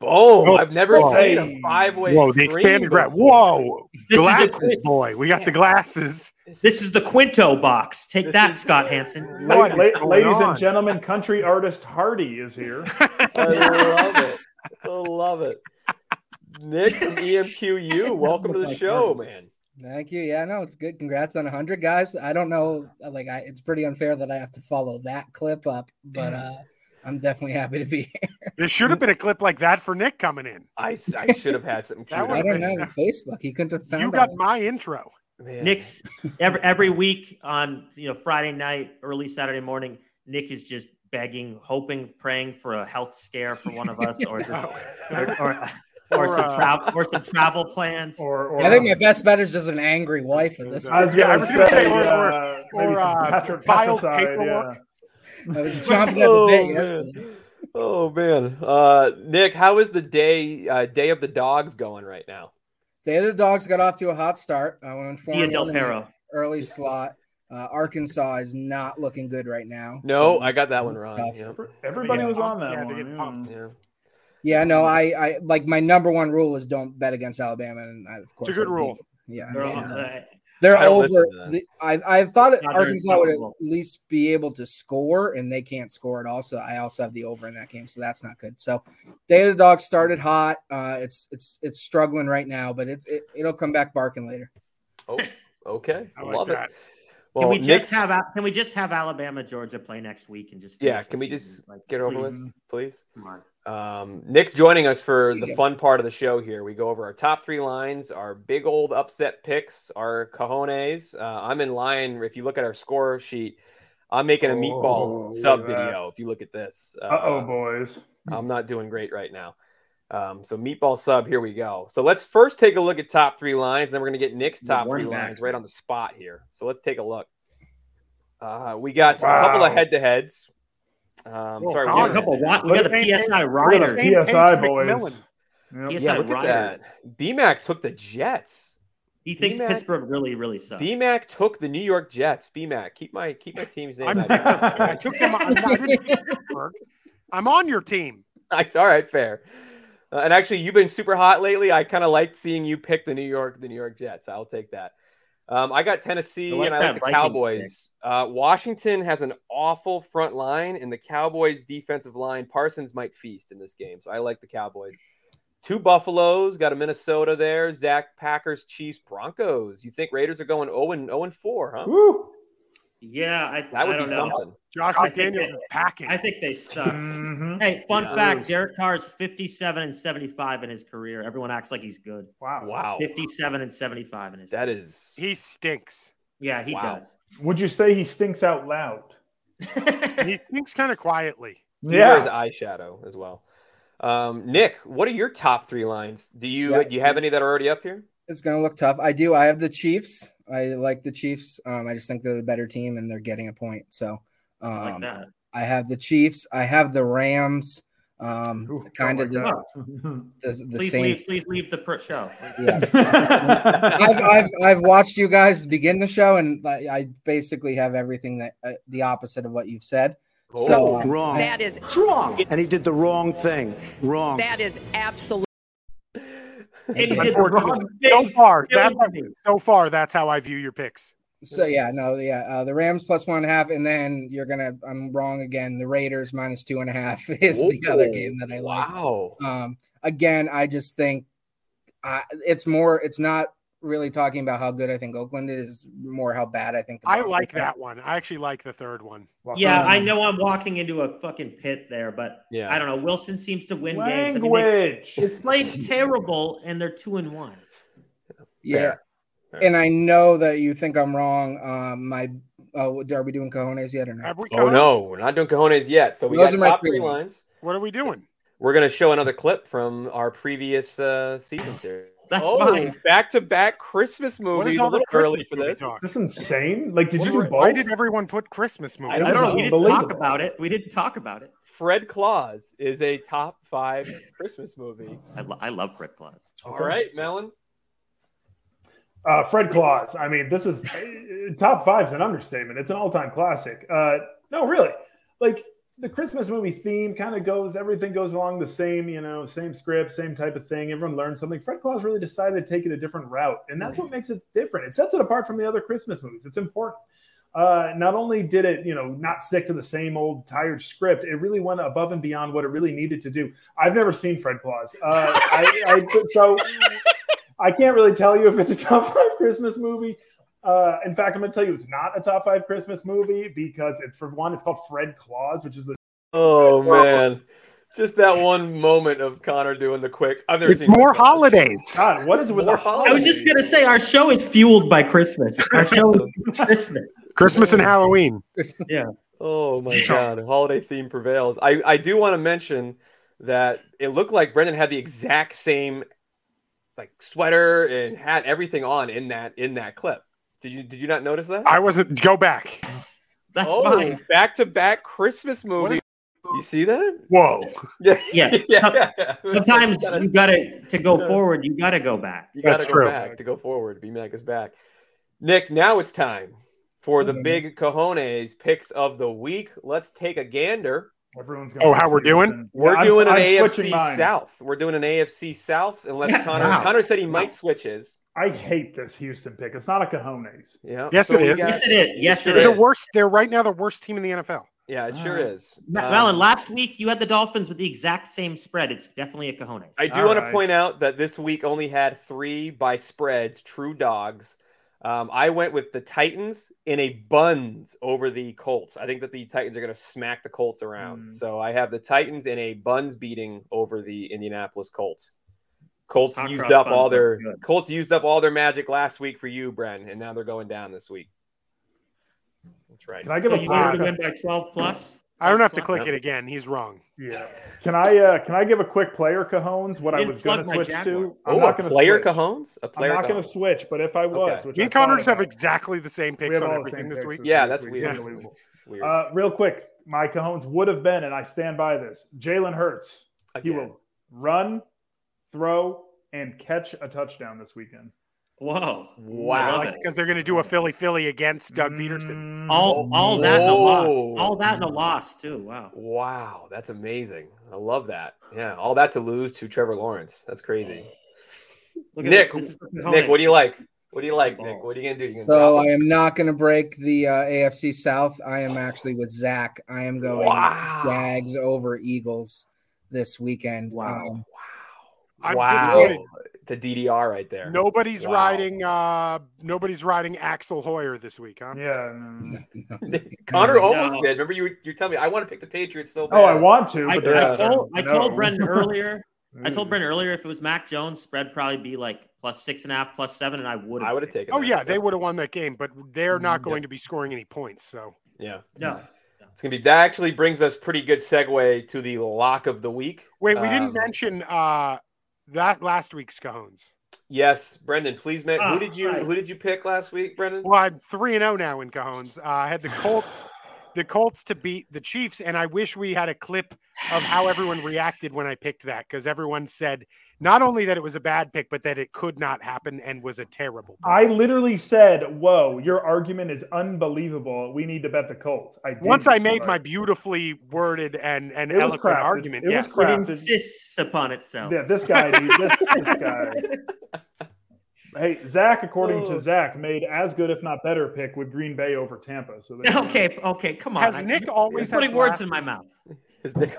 A: Boom!
B: Oh,
A: I've never
B: whoa.
A: seen
D: Hey.
A: a five-way.
B: Whoa, the
A: screen
B: expanded rat.
A: before.
B: Whoa.
C: This
B: glasses,
C: is a quiz.
B: boy. We got the glasses.
C: This is the Quinto box. Take
A: This
C: that,
A: is-
C: Scott Hansen.
D: La-
B: What is
D: la-
B: going
D: ladies
B: on?
D: and gentlemen, country artist Hardy is
A: <laughs>
D: here.
C: <laughs>
A: I love it. I love it. Nick from E
B: <laughs>
A: EMQU, welcome to the show, man.
M: Thank you. Yeah, no, it's good. Congrats on 100, guys. I don't know, like, I, it's pretty unfair that I have to follow that clip up, but uh, I'm definitely happy to be here.
B: There should have been a clip like that for Nick coming in.
A: I, s- I should have had something
B: That
A: cute.
B: one-
M: I don't know Facebook. He couldn't have found
B: You
M: all
B: got my intro.
A: Man.
C: Nick's every every week on you know Friday night, early Saturday morning. Nick is just begging, hoping, praying for a health scare for one of us,
L: <laughs>
C: or just, or, or, or
B: Or,
C: some
B: uh,
C: travel or some travel plans.
D: Or,
M: that.
D: or um,
M: I think my best bet is just an angry wife at this
D: I was
M: point.
B: Yeah,
D: gonna
B: I was gonna
D: say,
B: say, or- or-
D: uh, maybe
B: or,
D: some
B: uh,
D: Patrick
B: filed
D: Patricide,
B: paperwork.
M: <laughs> I was
E: <laughs>
M: chomping at the bit.
A: <laughs> Oh
M: yesterday.
A: man. oh man, uh, Nick, how is the day uh, day of the dogs going right now?
M: The other dogs got off to a hot start. I want to inform
C: Dia
M: you
C: del
M: in the
C: Perro.
M: early slot. Uh, Arkansas is not looking good right now.
A: No,
M: So-
A: I got that one wrong.
M: Tough.
A: Yep.
D: yeah. Everybody
M: Yeah.
D: was on that
B: Yeah, they get
D: one.
B: pumped.
D: yeah.
A: Yeah.
M: Yeah, no, I, I like my number one rule is don't bet against Alabama, and I, of course,
B: good
M: I beat-
B: rule.
M: Yeah, I
C: They're
M: mean,
C: all-
M: uh,
C: uh,
M: they're
A: I don't listen
M: over.
A: to that.
M: The, I I thought
C: No, they're
M: Arkansas would at
C: insufferable.
M: least be able to score, and they can't score at all. So I also have the over in that game, so that's not good. So Day of the Dog started hot. Uh, it's it's it's struggling right now, but it's it, it'll come back barking later.
A: Okay,
B: I
A: I
B: like
A: love
B: that.
A: it.
C: can
A: Well,
C: we just
A: Nick's-
C: have Al- can we just have Alabama Georgia play next week and just
A: Yeah,
C: finish the
A: can we
C: season?
A: just get over
C: please,
A: with, please?
C: Come on.
A: Um, Nick's joining us for the
M: Yeah.
A: fun part of the show here. We go over our top three lines, our big old upset picks, our cojones. Uh, I'm in line. If you look at our score sheet, I'm making a meatball
D: Oh, look
A: sub
D: at that.
A: video. If you look at this,
D: Uh oh, boys.
A: I'm not doing great right now. Um, so meatball sub, here we go. So let's first take a look at top three lines, and then we're gonna get Nick's
C: The
A: top three
C: running back.
A: lines right on the spot here. So let's take a look. Uh, we got a couple of
D: Wow.
A: head to heads. Um,
B: Whoa,
A: sorry,
C: We got
B: Connor.
C: Oh, a
A: one-
C: couple. Of, we got
B: Hey,
C: the
B: hey,
C: PSI
D: Look at
C: Riders.
D: the
B: Same page
D: PSI
B: to
D: boys.
B: McMillan.
D: Yep.
C: PSI
A: yeah, look
C: Riders.
A: at that. BMAC took the Jets.
C: He thinks
A: B-Mac-
C: Pittsburgh really really sucks.
A: BMAC took the New York Jets. BMAC, keep my keep my team's name.
B: <laughs> I'm,
A: out
B: I
A: of
B: took, I
A: it.
B: took them. I'm, not even
C: <laughs>
B: Pittsburgh. I'm on your team.
A: It's <laughs> all right, fair. Uh, and actually, you've been super hot lately. I kind of liked seeing you pick the New York the New York Jets. I'll take that. Um, I got Tennessee
C: I like
A: and I
C: that
A: like the
C: Vikings
A: Cowboys. Uh, Washington has an awful front line, and the Cowboys' defensive line, Parsons might feast in this game. So I like the Cowboys. Two Buffaloes, got a Minnesota there. Zach Packers, Chiefs, Broncos. You think Raiders are going 0 and 0 and 4, huh?
C: Yeah, I,
A: That would
C: I
A: be
C: don't know.
A: something.
B: Josh
C: I think
B: McDaniels
C: they-
B: is packing.
C: I think they
D: <laughs>
C: suck.
D: Mm-hmm.
A: Mm-hmm.
B: Mhm.
C: Hey, fun
B: Yeah.
C: fact: Derek Carr is 57 and 75 in his career. Everyone acts like he's good.
D: Wow.
A: Oh, Wow.
C: 57 and 75 in his.
A: That is.
B: He stinks.
C: Yeah, he
B: Wow.
C: does. <laughs>
D: Would you say he stinks out loud?
B: he stinks kind of quietly.
A: He
D: Yeah.
A: wears eyeshadow as well. Um, Nick, what are your top three lines? Do you
M: Yeah,
A: do you have any that are already up here?
M: It's going to look tough. I do. I have the Chiefs. I like the Chiefs. Um, I just think they're the better team and they're getting a point. So um,
C: Like that.
M: I have the Chiefs. I have the Rams. Um, kind of
C: like
M: the, the, the
C: please
M: same.
C: leave. Please leave the pr- show.
M: <laughs>
D: <laughs>
A: <laughs>
M: I've, I've, I've watched you guys begin the show, and I, I basically have everything that uh, the opposite of what you've said. So uh,
I: wrong.
M: I-
F: is
I: wrong. And he did the wrong thing. Wrong.
F: That is absolutely.
C: It did the
B: Unfortunately.
C: wrong
B: So
C: thing.
B: far,
C: It was-
B: that's so far that's how I view your picks.
M: So yeah, no, yeah, uh, the Rams plus one and a half, and then you're gonna. I'm wrong again. The Raiders minus two and a half <laughs> is the other
A: Whoa,
M: game that I like.
A: Wow.
M: Um, again, I just think I, it's more. It's not really talking about how good I think Oakland is, more how bad I think. the
B: I
M: Broncos
B: like
M: are.
B: that one. I actually like the third one.
C: Yeah,
M: Um,
C: I know I'm walking into a fucking pit there, but
A: Yeah.
C: I don't know. Wilson seems to win games. I mean, they-
D: Language.
C: they played terrible, and they're two and one.
M: Yeah,
A: Fair.
M: and I know that you think I'm wrong. Um, my, oh, are we doing cojones yet or not?
B: Have we
A: Oh
B: gone?
A: no, we're not doing cojones yet. So we
M: Those
A: got
M: are my
A: top
M: three
A: three
M: lines.
A: lines.
B: What are we doing?
A: We're gonna show another clip from our previous uh, season here.
C: That's
A: oh,
C: mine.
A: back to back Christmas
B: What
A: movies.
B: is
A: A
B: all the
A: little early
B: Christmas
A: for
B: movie
A: this.
B: talk?
D: That's insane. Like, did
A: What
D: you
A: were-
D: do
B: Why
D: both?
B: did everyone put Christmas
A: I
B: movies?
A: don't
C: I don't know. We didn't talk
D: Unbelievable.
C: about it. We didn't talk about it.
A: Fred Claus is a top five Christmas movie.
C: I, lo- I love Rick Claus.
A: All
D: Okay.
A: right, Melon.
D: Uh, Fred Claus. I mean, this is uh, top five's an understatement. It's an all-time classic. Uh, no, really, like the Christmas movie theme kind of goes. Everything goes along the same, you know, same script, same type of thing. Everyone learns something. Fred Claus really decided to take it a different route, and that's what makes it different. It sets it apart from the other Christmas movies. It's important. Uh, not only did it, you know, not stick to the same old tired script, it really went above and beyond what it really needed to do. I've never seen Fred Claus, uh, I, I, so I can't really tell you if it's a top <laughs> five Christmas movie. Uh, in fact, I'm going to tell you it's not a top five Christmas movie because it's for one, it's called Fred Claus, which is the
A: Oh man, just that one moment of Connor doing the quick. I've never
B: It's
A: seen
B: more
A: Fred Claus.
B: holidays.
D: God. What is it with
A: More
D: the
A: holidays.
C: I was just gonna say our show is fueled by Christmas. Our show is Christmas.
B: Christmas and Halloween.
C: Yeah.
A: Oh my god, holiday theme prevails. I, I do want to mention that it looked like Brendan had the exact same like sweater and hat, everything on in that in that clip. Did you did you not notice that?
B: I wasn't. Go back.
C: That's
A: oh,
C: mine.
A: back to back Christmas movie. You see that? <laughs>
B: Whoa.
A: Yeah,
C: Yeah.
A: yeah. <laughs>
C: Sometimes you gotta to go
A: Yeah.
C: forward. You gotta go back.
A: You gotta
B: That's
A: go
B: true.
A: back to go forward. B Mac is back. Nick, now it's time for the
M: Oh,
A: big cojones picks of the week. Let's take a gander.
D: everyone's
B: Oh, how we're doing?
A: We're doing an
D: I'm switching
A: AFC
D: mine.
A: South. We're doing an AFC South unless
C: Yeah,
A: Connor
C: wow.
A: Connor said he might switch his.
D: I hate this Houston pick. It's not a cojones.
A: Yeah.
B: Yes, it
A: we
B: is.
A: got-
C: Yes, it is. Yes, it
A: It
B: They're
C: is.
B: the
A: is.
B: worst. They're right now the worst team in the NFL.
A: Yeah, it sure
D: All right.
A: is.
C: Ma-
A: Um,
C: Malin, last week you had the Dolphins with the exact same spread. It's definitely a cojones.
A: I do
D: All
A: want to
D: right.
A: point out that this week only had three by spreads, true dogs. Um, I went with the Titans in a buns over the Colts. I think that the Titans are going to smack the Colts around.
D: Hmm.
A: So I have the Titans in a buns beating over the Indianapolis Colts. Colts
C: Hot
A: used
C: cross
A: up
C: buns
A: all
C: look
A: their
C: good.
A: Colts used up all their magic last week for you, Bren, and now they're going down this week. That's right.
D: Can I give
C: So
D: a
C: you needed
D: quick?
C: to win by 12 plus.
B: I don't have to
C: 12
B: click it again. He's wrong.
D: Yeah. Can I? Uh, can I give a quick player cajones? What
C: You
D: I
C: didn't
D: was going to
C: plug my
D: switch
C: Jaguar.
D: to? I'm
A: Oh, a
D: not gonna
A: player
D: switch.
A: Cajones? A
D: I'm
A: player
D: not going
A: Cajones.
D: to switch, but if I was,
A: Okay.
D: which
B: Me
D: I
B: and Connors
D: thought
B: have
D: about,
B: exactly the same
D: we
B: picks
D: have
B: on
D: all the
B: everything
D: same
B: this
D: picks
B: week.
D: this
A: Yeah,
D: week.
A: that's
D: We-
A: weird.
D: unbelievable.
A: It's weird.
D: Uh, real quick, my Cajones would have been, and I stand by this. Jalen Hurts. He
A: Again.
D: will run, throw, and catch a touchdown this weekend.
C: Whoa.
A: Wow.
C: I love it.
B: Because they're going to do a Philly Philly against Doug
D: Mm,
B: Peterson.
C: All, all that and a loss.
A: Whoa.
C: All that and a loss, too. Wow.
A: Wow, that's amazing. I love that. Yeah, all
B: Oh,
A: that to lose to Trevor Lawrence. That's crazy.
C: Look at
A: Nick,
C: this. This is the
A: Nick, what do you like? What do you like, Nick? What are you gonna do? You gonna
M: So
A: drop
M: I
A: it?
M: am not going to break the uh, AFC South. I am actually with Zach. I am going Jags over Eagles this weekend. Wow.
B: I'm
A: wow,
B: disappointed.
A: the DDR right there.
B: Nobody's
A: Wow.
B: riding. Uh, nobody's riding Axel Hoyer this week, huh?
D: Yeah.
A: <laughs>
M: Um,
A: Connor
B: No.
A: almost did. Remember you you tell me I want to pick the Patriots so bad.
D: Oh, I want to.
C: I,
D: but they're
C: I
D: not-
C: told I
D: no.
C: told Brendan earlier.
B: <laughs>
C: I told Brendan earlier if it was Mac Jones, spread probably be like plus six and a half, plus seven, and I would have. I would
A: have taken.
B: Oh yeah, they would have won that game, but they're not
C: Mhm.
B: going to be scoring any points. So
A: Yeah.
C: No.
A: It's gonna be that actually brings us pretty good segue to the lock of the week.
B: wait, we
A: Um,
B: didn't mention uh, that last week's Cajones.
A: Yes, Brendan, please man.
B: Ah,
A: who did you
B: Christ.
A: who did you pick last week, Brendan?
B: Well, I'm three and zero now in Cajones. Uh, I had the Colts, the Colts to beat the Chiefs, and I wish we had a clip of how everyone reacted when I picked that because everyone said not only that it was a bad pick, but that it could not happen and was a terrible.
D: <laughs> I literally said, "Whoa, your argument is unbelievable. We need to bet the Colts." I did
B: Once I made my beautifully worded and and
D: It was
B: eloquent
D: crafted.
B: argument,
D: It was
B: yes,
D: crafted.
C: insists upon itself.
D: Yeah, this guy, dude, this,
C: <laughs>
D: this guy. Hey, Zach, according
C: Oh.
D: to Zach, made as good, if not better, pick with Green Bay over Tampa. So there you go.
C: <laughs> Okay, okay, come on.
D: Has
C: I-
D: Nick
C: you're
D: always had
C: putting words in my
D: glasses?
C: mouth?
A: His Nick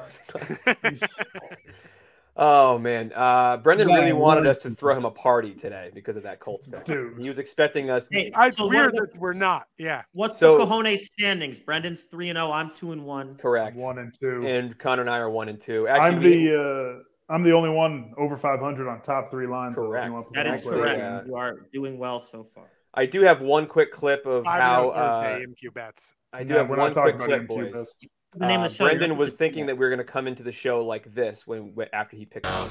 A: <laughs> Oh man, uh, Brendan
C: Yeah,
A: really
C: I
A: wanted
C: wanted
A: us to throw him a party today because of that Colts pick.
D: Dude.
A: He was expecting us.
B: it's
C: so what
B: weird
C: about-
B: that we're not. Yeah,
C: What's
A: So-
C: the Cajones standings? Brendan's three and zero. I'm two and one.
A: Correct.
D: One and two.
A: And Connor and I are one and two.
D: I'm
A: Actually, we-
D: the uh, I'm the only one over 500 on top three lines. so if you
A: Correct.
D: want to
C: That
D: put
C: is
D: my place.
C: correct.
A: Yeah.
C: You are doing well so far.
A: I do have one quick clip of
B: Five
A: how
B: and oh Thursday
A: uh,
B: MQ bets.
A: I do
D: No,
A: have
D: we're not
A: one
D: talking
A: quick
D: about
A: clip, boys.
D: MQ bets.
C: The name of the show, you're
A: Brendan
C: not
A: Um, was
C: supposed to
A: thinking that we were going to come into the show like this when when- after he picked. Up.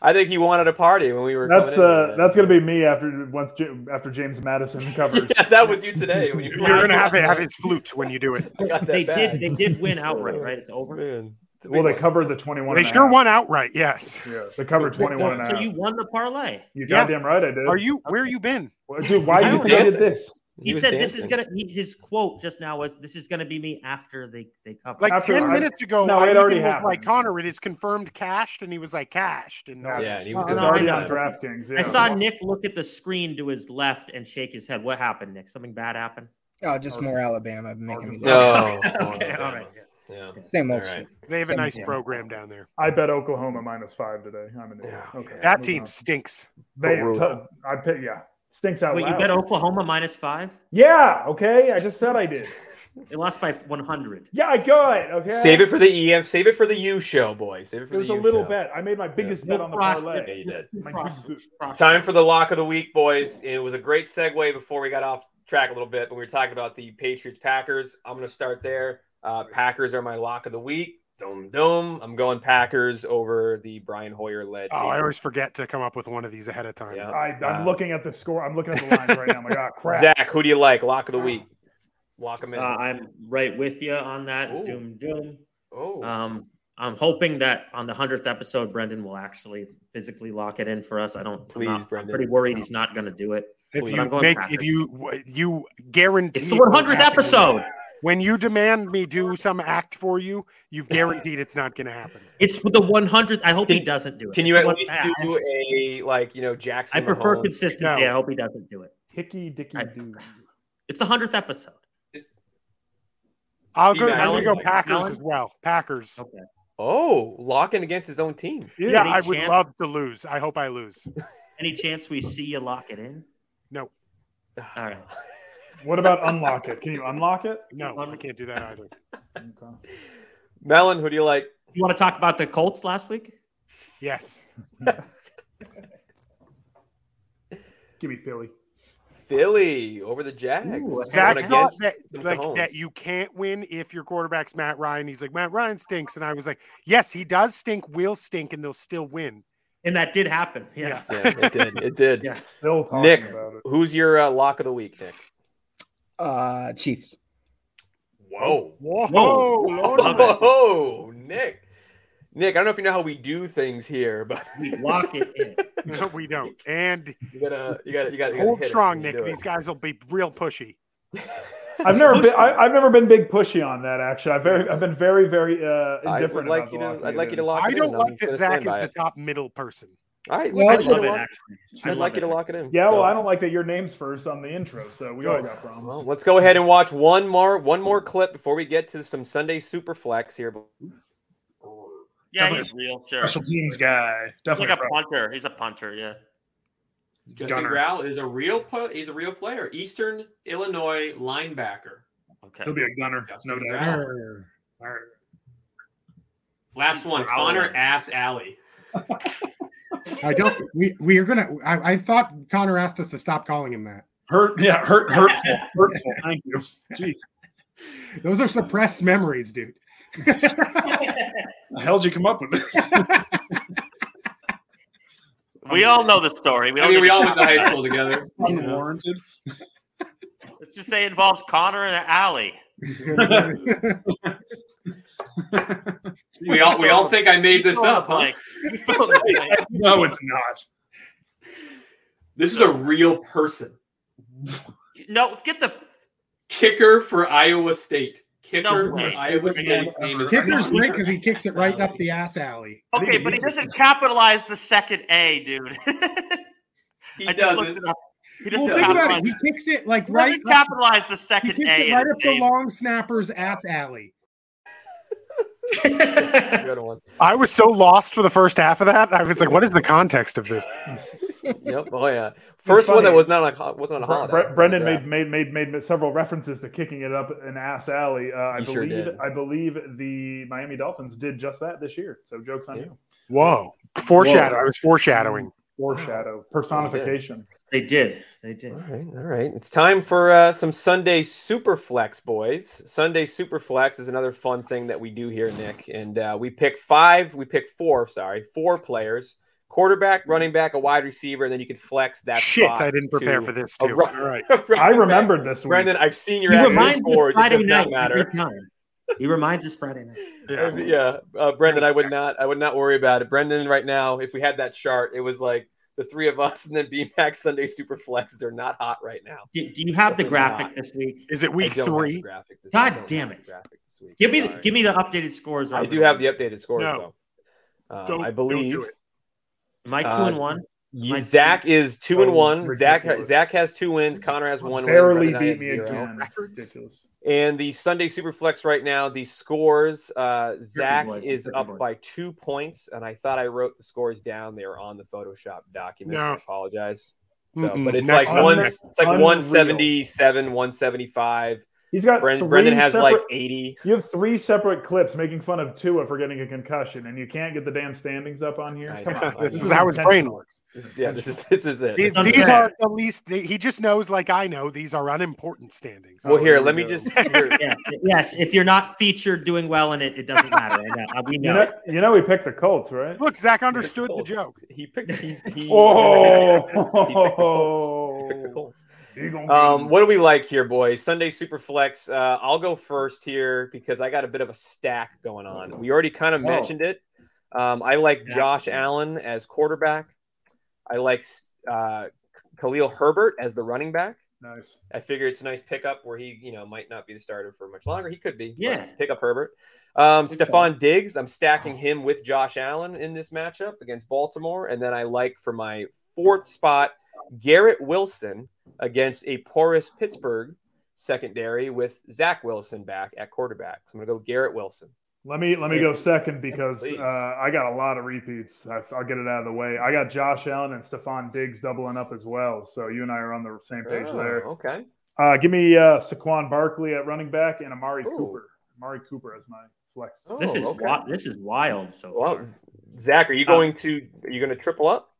A: I think he wanted a party when we were.
D: That's
A: coming in
D: uh,
A: here.
D: that's gonna be me after once Ja- after James
A: <laughs>
D: Madison covers.
A: Yeah, that was you today. When you
B: <laughs> You're gonna have to
A: <laughs>
B: have his flute when you do it.
A: got that
C: They
A: bag.
C: did. They did win outright. Right? It's over.
D: well, they covered the 21.
B: They
D: and a
B: sure
D: half.
B: won outright. Yes.
D: Yeah, they covered 21 and a half.
C: So you won the parlay.
D: You
B: Yeah.
D: goddamn right, I did.
B: Are you? Where you been?
D: Well, dude? Why do
C: I
D: you
C: was
D: think I did
C: dancing.
D: this?
C: He, said, "This is gonna." He, his quote just now was, "This is gonna be me after they they cover."
B: Like
D: After
B: ten
D: I-
B: minutes ago,
D: No,
B: I
D: it
B: even
D: already
B: was like
D: happened.
B: Connor. It is confirmed cashed, and he was like cashed, and uh,
D: No,
A: Yeah, and he was
D: it's
A: gonna-
D: already
A: I
D: on
A: know.
D: DraftKings. Yeah.
C: I saw Nick look at the screen to his left and shake his head. What happened, Nick? Something bad happened?
M: <laughs> Oh, just more Alabama making me.
A: No.
C: <laughs> okay, all right.
A: Yeah.
M: Same old
A: All right.
M: shit.
B: they have a
M: Same
B: nice
M: thing.
B: program down there.
D: I bet Oklahoma minus five today. I'm an idiot. Okay,
B: That
D: moving
B: team
D: on.
B: stinks.
D: They
A: brutal.
D: t- I bet. Yeah, stinks out
C: Wait, you
D: loud.
C: bet Oklahoma minus five?
D: yeah. Okay, I just said I did.
C: They lost by 100.
D: Yeah, I got it. Okay.
A: Save it for the EM. Save it for the U show, boys. Save it for
D: It was
A: the
D: a
A: U
D: little
A: show.
D: bet. I made my biggest bet on the
C: Cross-
A: Yeah,
D: parlay.
A: you did.
D: My
C: cross-
D: biggest-
C: cross-
A: Time for the lock of the week, boys. It was a great segue before we got off track a little bit, but we were talking about the Patriots Packers. I'm going to start there. Uh, Packers are my lock of the week. Dum dum. I'm going Packers over the Brian Hoyer led.
B: Oh, I always forget to come up with one of these ahead of time.
A: Yeah.
D: I, I'm
A: Uh,
D: looking at the score. I'm looking at the lines right now. I'm like, ah, crap.
A: Zach, who do you like? Lock of the week. Lock them
C: Uh,
A: in.
C: I'm right with you on that.
A: Ooh.
C: Doom, doom.
A: oh,
C: Um, I'm hoping that on the 100th episode, Brendan will actually physically lock it in for us. I don't, I'm
A: Please,
C: not- I'm
A: Brendan.
C: pretty worried he's not going to do it.
B: If
C: But
B: you
C: I'm going
B: make,
C: Packers.
B: if you you guarantee
C: it's the
B: it won't
C: 100th
B: happen.
C: episode.
B: When you demand me do some act for you, you've guaranteed it's not going to happen.
C: It's the 100th. I hope he
A: Can-
C: doesn't do it.
A: can you
C: It's
A: at
C: the one-
A: least
C: I-
A: do a like you know
C: I
A: Jackson?
C: prefer
A: Mahomes?
C: consistency.
B: No.
C: I hope he doesn't do it.
D: Hickey dicky
C: I-
D: doo.
C: It's the 100th episode.
B: I'll go.
A: Even
B: I'm going to
A: Allen?
B: go Packers
C: Allen?
B: as well. Packers.
C: Okay.
A: Oh, locking against his own team.
B: Yeah,
C: Any
B: I would
C: chance-
B: love to lose. I hope I lose.
C: Any chance we see you lock it in?
B: No.
C: All right.
A: <laughs>
D: What about unlock it? Can you unlock it?
B: No, I can't do that either.
D: Okay.
A: Melon, who do you like?
C: You want to talk about the Colts last week?
B: Yes.
D: Give me Philly.
A: Philly over the Jags.
C: Ooh,
A: Going
B: Zach thought
A: against
B: that,
A: Mahomes.
B: like that you can't win if your quarterback's Matt Ryan. He's like Matt Ryan stinks, and I was like, yes, he does stink. Will stink, and they'll still win.
C: And that did happen. Yeah.
A: Yeah, it
B: <laughs>
A: did. It did.
C: Yeah.
D: Still talking
A: Nick,
D: about it.
A: who's your uh, lock of the week, Nick?
M: Uh, Chiefs.
A: Whoa.
B: Whoa,
C: Whoa.
B: Lord.
A: Whoa, Nick. Nick, I don't know if you know how we do things here, but <laughs>
C: we lock it in.
B: <laughs> No, we don't. And
A: you gotta, you gotta, you gotta, you gotta
B: Hold
A: hit it
B: strong,
A: when you
B: Nick.
A: do it.
B: These guys will be real pushy.
D: I've never been. I, I've never been big pushy on that. Actually, I've very. I've been very, very
A: <laughs>
D: uh,
A: I would
D: indifferent.
A: like
D: about
A: you to-
D: blocking
A: I'd like
D: it
A: you to
D: in.
A: lock
B: I
A: it in,
B: don't
A: I'm
B: like
A: gonna stand
B: that Zach is
A: by
B: the
A: it.
B: top middle person.
A: All right,
B: Yeah,
A: <laughs> I'd like
B: I
A: you
B: love
A: to
B: it,
A: lock-
B: actually. I
A: I'd
B: love
A: like you
B: it.
A: to lock it in.
D: Yeah, well,
A: So,
D: I don't like that your name's first on the intro, so we all got problems.
A: well, let's go ahead and watch one more, one more clip before we get to some Sunday super flex here.
L: Yeah,
D: Definitely
L: he's real. Sure.
D: Special teams guy.
L: He's like
D: Definitely.
L: a punter. He's a punter. Yeah.
E: Justin Growl is a real pu- he's a real player. Eastern Illinois linebacker.
L: Okay.
D: He'll be a gunner. No
E: Justin
D: doubt.
E: Growl. Last one, Connor Ass Alley.
N: I don't. We we are gonna. I, I thought Connor asked us to stop calling him that.
D: Hurt. Yeah. Hurt. Hurtful. hurtful. Thank you. Jeez.
N: Those are suppressed memories, dude.
D: The hell did you come up
A: <laughs>
D: with this?
L: We all know the story. We
E: I
L: don't need
E: mean, we
L: to
E: all
L: talk
E: went to high
L: about
E: school
L: it. <laughs>
E: together.
D: Unwarranted. <laughs>
L: Let's just say it involves Connor and Allie.
E: We all we all think I made this up, huh?
D: no, it's not.
E: This is a real person.
L: No, get the
E: kicker for Iowa State. Kicker
L: No
E: for
L: way.
E: Iowa State's name is
N: Kicker's great because he kicks it right up the ass alley.
L: Okay, but he doesn't capitalize the second A, dude. <laughs>
E: he
L: I just
E: doesn't.
L: <laughs> looked it up. He
N: Well,
L: doesn't
N: think about
L: capitalize.
N: it. He kicks it like
L: He
N: right.
L: doesn't
N: Up,
L: capitalize the
N: he
L: second
N: kicks
L: A.
N: it
L: in
N: right
L: his
N: up the
L: name.
N: long snapper's ass alley.
A: Good one.
B: I was so lost for the first half of that. I was like, what is the context of this?
A: Yep. Oh yeah. First one that
D: funny.
A: was not on a co- wasn't on a
D: Bre-
A: holiday.
D: Bre- Brendan
A: Draft.
D: made, made made made several references to kicking it up an ass alley. Uh, I
A: He
D: believe
A: sure did.
D: I believe the Miami Dolphins did just that this year. So jokes on you.
B: Whoa. Foreshadow. I was foreshadowing.
A: Oh,
D: Foreshadow personification.
C: <laughs> They did. They did.
A: All right, all right. It's time for uh, some Sunday super flex, boys. Sunday super flex is another fun thing that we do here, Nick. And uh, we pick five, we pick four, sorry, four players: quarterback,
D: Hmm.
A: running back, a wide receiver, and then you can flex that.
B: Shit,
A: spot
B: I didn't prepare
A: to
B: for this,
A: <laughs> a
B: too.
A: run-
B: All right.
D: I remembered this week.
A: Brendan, I've seen your
C: He
A: action
C: reminds us
A: boards. It
C: Friday
A: does not
C: night
A: matter.
D: <laughs>
C: every time. He reminds us Friday night.
A: Yeah, Uh, Brendan, I would not, I would not worry about it. Brendan, right now, if we had that chart, it was like the three of us and then B Max Sunday super flex. They're not hot right now.
C: Do, do you have the
A: Definitely
C: graphic
A: not.
C: this week?
B: Is it
A: I
B: week
A: don't have the
B: three?
A: graphic this- I don't
C: God
A: have
C: damn
A: the
C: it!
A: graphic this week.
C: Give me the
A: Sorry.
C: give me the updated scores.
A: I
C: right
A: do
C: now.
A: have the updated scores
B: No.
A: though.
B: Don't-
A: Um, I
B: don't
A: believe
B: do it.
C: Am I two
A: Uh,
C: and one? <laughs>
A: you-
C: My-
A: Zach is two and
D: Oh,
A: one. Zach
D: ridiculous.
A: Zach has two wins. Connor has one. win.
D: Barely
A: Brendan and I
D: beat
A: have
D: me
A: zero.
D: again.
B: Records?
D: Ridiculous.
A: And the Sunday Superflex right now, the scores. Uh, Zach
C: boys,
A: is
C: good
A: up
C: boys.
A: by two points, and I thought I wrote the scores down. They were on the Photoshop document. I
B: No.
A: apologize. So,
B: Mm-mm.
A: but it's
B: Next
A: like one.
D: one.
A: It's like
D: Unreal.
A: one seventy seven, one seventy five.
D: He's got three
A: Brendan has
D: separate,
A: like eighty.
D: You have three separate clips making fun of Tua for getting a concussion, and you can't get the damn standings up on here.
A: I
D: Come
A: know,
D: on,
A: I
B: this
A: know.
B: is how his brain works.
A: This is- Yeah, this is this is it.
B: These,
A: This is
B: these
A: it.
B: are the least, they, he just knows, like I know, these are unimportant standings.
A: Well, here,
D: here
A: let
D: we
A: me
D: go.
A: just. <laughs> here-
C: yeah. Yes, if you're not featured doing well in it, it doesn't matter. I know. Uh, We
D: You
C: know.
D: know, you know, we picked the Colts, right?
B: Look, Zach understood the
A: Colts.
B: joke.
A: He picked. He, he,
D: <laughs> Oh,
A: he picked the Colts. He picked the Colts.
D: You gonna
A: Um,
D: get-
A: what do we like here, boys? Sunday Superflex. Uh, I'll go first here because I got a bit of a stack going on. We already kind of
D: Oh.
A: mentioned it. Um, I like
C: Yeah.
A: Josh Allen as quarterback. I like uh, Khalil Herbert as the running back.
D: nice.
A: I figure it's a nice pickup where he, you know, might not be the starter for much longer. He could be. but
C: Yeah.
A: Pick up Herbert. Um,
C: Good
A: Stephon Diggs, I'm stacking him with Josh Allen in this matchup against Baltimore. And then I like for my fourth spot, Garrett Wilson against a porous Pittsburgh secondary with Zach Wilson back at quarterback. So I'm going to go Garrett Wilson.
D: Let me let me go second because
A: Please.
D: uh, I got a lot of repeats. I, I'll get it out of the way. I got Josh Allen and Stephon Diggs doubling up as well. So you and I are on the same page
A: Oh,
D: there.
A: okay.
D: Uh, give me uh, Saquon Barkley at running back and Amari
A: Ooh.
D: Cooper. Amari Cooper as my flex.
A: Oh,
C: This is
A: okay.
C: wi- this is wild. So far.
A: Well, Zach, are you
C: Um,
A: going to are you going to triple up?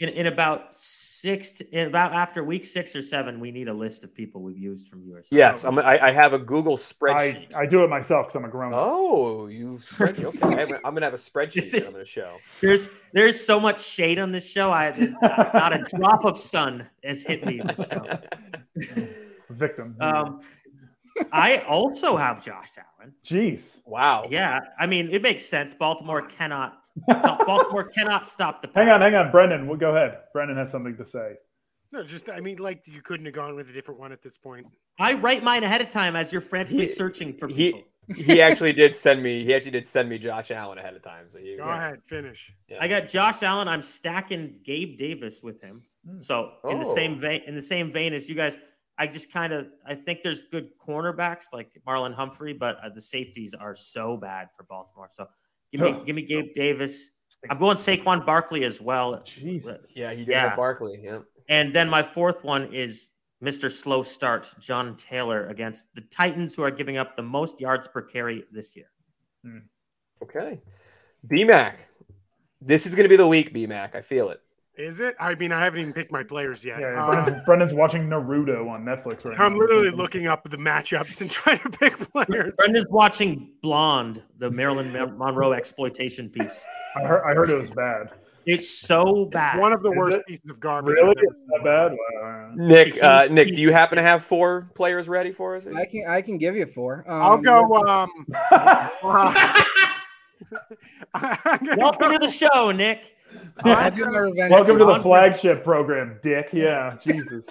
C: in, in about six to, in about after week six or seven, we need a list of people we've used from yours.
A: Yes, I'm, I, I have a Google
D: I,
A: spreadsheet.
D: I do it myself because I'm a grown up.
A: Oh, you
C: <laughs>
A: spreadsheet. Okay. I have a- I'm gonna have a spreadsheet
C: This
A: that
C: is-
A: I'm gonna
C: <laughs>
A: show.
C: There's there's so much shade on this show. I not, not a drop of sun has hit me. This show.
D: Victim.
C: Um, I also have Josh Allen.
D: Jeez.
A: <laughs> Wow.
C: Yeah. I mean, it makes sense. Baltimore cannot. Baltimore cannot stop the.
D: Hang on, hang on, Brendan. We'll go ahead. Brendan has something to say.
B: No, just I mean, like you couldn't have gone with a different one at this point.
C: I write mine ahead of time as you're frantically searching for people.
A: he actually did send me. He actually did send me Josh Allen ahead of time. So you
B: Go ahead, finish.
A: Yeah.
C: I got Josh Allen. I'm stacking Gabe Davis with him. So in the
A: Oh.
C: same vein, in the same vein as you guys, I just kind of I think there's good cornerbacks like Marlon Humphrey, but uh, the safeties are so bad for Baltimore. So give me give me Gabe Davis. I'm going Saquon Barkley as well.
D: Jesus.
A: Yeah, he did have Barkley. Yeah.
C: And then my fourth one is Mr. Slow Start, John Taylor against the Titans, who are giving up the most yards per carry this year.
A: Okay. BMAC. This is going to be the week, BMAC. I feel it.
B: Is it? I mean, I haven't even picked my players yet.
D: Yeah,
B: Uh,
D: Brendan's, Brendan's watching Naruto on Netflix right
B: <laughs>
D: now.
B: I'm literally looking up the matchups and <laughs> trying to pick players.
C: Brendan's watching Blonde, the Marilyn Mon- Monroe exploitation piece.
D: I heard, I heard it was bad.
C: It's so bad.
B: One of the
D: Is
B: worst
D: it?
B: pieces of garbage.
D: Really?
B: I've ever-
D: It's that bad? Wow.
A: Nick, uh, Nick, do you happen to have four players ready for us?
M: I can I can give you four. Um,
B: I'll
M: <laughs>
B: go.
D: <laughs>
B: Um, <laughs>
C: Welcome to the show, Nick.
M: I'll do my
D: <laughs>
M: revenge
D: Welcome to the
M: tomorrow.
D: flagship program, Dick. Yeah,
B: <laughs>
D: Jesus.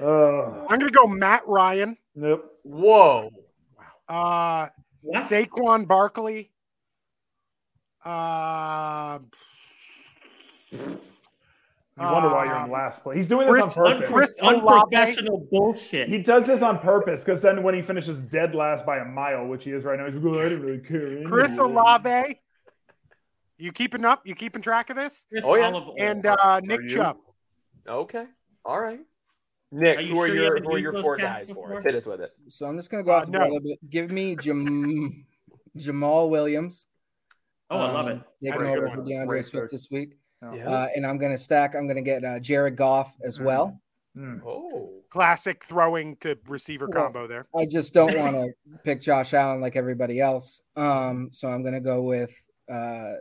D: Oh,
B: I'm going to go Matt Ryan,
D: nope.
A: Whoa.
B: uh, Saquon Barkley. Uh,
D: You wonder why you're in last place. He's doing this
B: Uh, Chris-
D: on purpose.
B: Chris
C: Unprofessional bullshit.
D: He does this on purpose because then when he finishes dead last by a mile, which he is right now, he's like, "Oh, I didn't really care. anyway."
B: Chris Olave. You keeping up? You keeping track of this?
C: Chris
A: Oh, yeah.
C: Olive Oil.
B: And uh, Nick
D: you?
B: Chubb.
A: Okay. All right. Nick,
C: Are you
A: who are
C: sure you
A: your
C: haven't
A: who are
C: used
A: your
C: those
A: four
C: cats
A: guys for
C: before?
A: us? Hit us with it.
M: So I'm just gonna go off
B: Uh,
M: the
B: no.
M: board a little bit. Give me Jam- Jamal Williams.
C: Oh, I love it.
M: Um, Taking
D: Great
M: over
D: one.
M: for DeAndre
D: Great
M: Swift
D: pick.
M: this week.
D: Oh,
A: Yeah.
M: Uh, and I'm gonna stack. I'm gonna get uh, Jared Goff as well.
D: Mm.
A: Oh.
B: Classic throwing to receiver
M: Well,
B: combo there.
M: I just don't want to pick Josh Allen like everybody else. Um, so I'm gonna go with uh,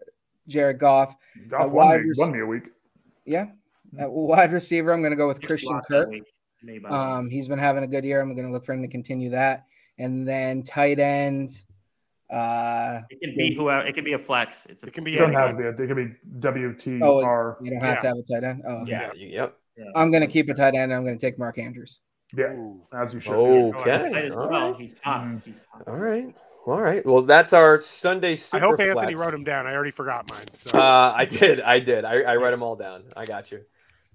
M: Jared Goff.
D: Goff
M: a
D: won
M: wide
D: me,
M: rec-
D: won me a week.
M: Yeah, at wide receiver. I'm gonna go with Christian
C: Lost that
M: Kirk.
C: week. Maybe.
M: Um, he's been having a good year. I'm going to look for him to continue that. And then tight end. Uh,
C: it can be whoever. It can be a flex. It's a,
B: It can
D: You
B: be
D: don't
B: anyone.
D: have to be. It could be WTR.
M: Oh, you don't have to have a tight end. Oh, okay.
A: Yeah. you- Yep.
M: I'm going to keep a tight end. and I'm going to take Mark Andrews.
D: yeah, as you should.
A: Okay.
C: Might as
A: All
C: well.
A: right.
C: He's hot.
D: Mm.
C: He's hot.
A: All right. All right. Well, that's our Sunday
B: I
A: super
B: hope Anthony
A: flex.
B: wrote him down. I already forgot mine. So.
A: Uh, I did. I did. I, I write them all down. I got you.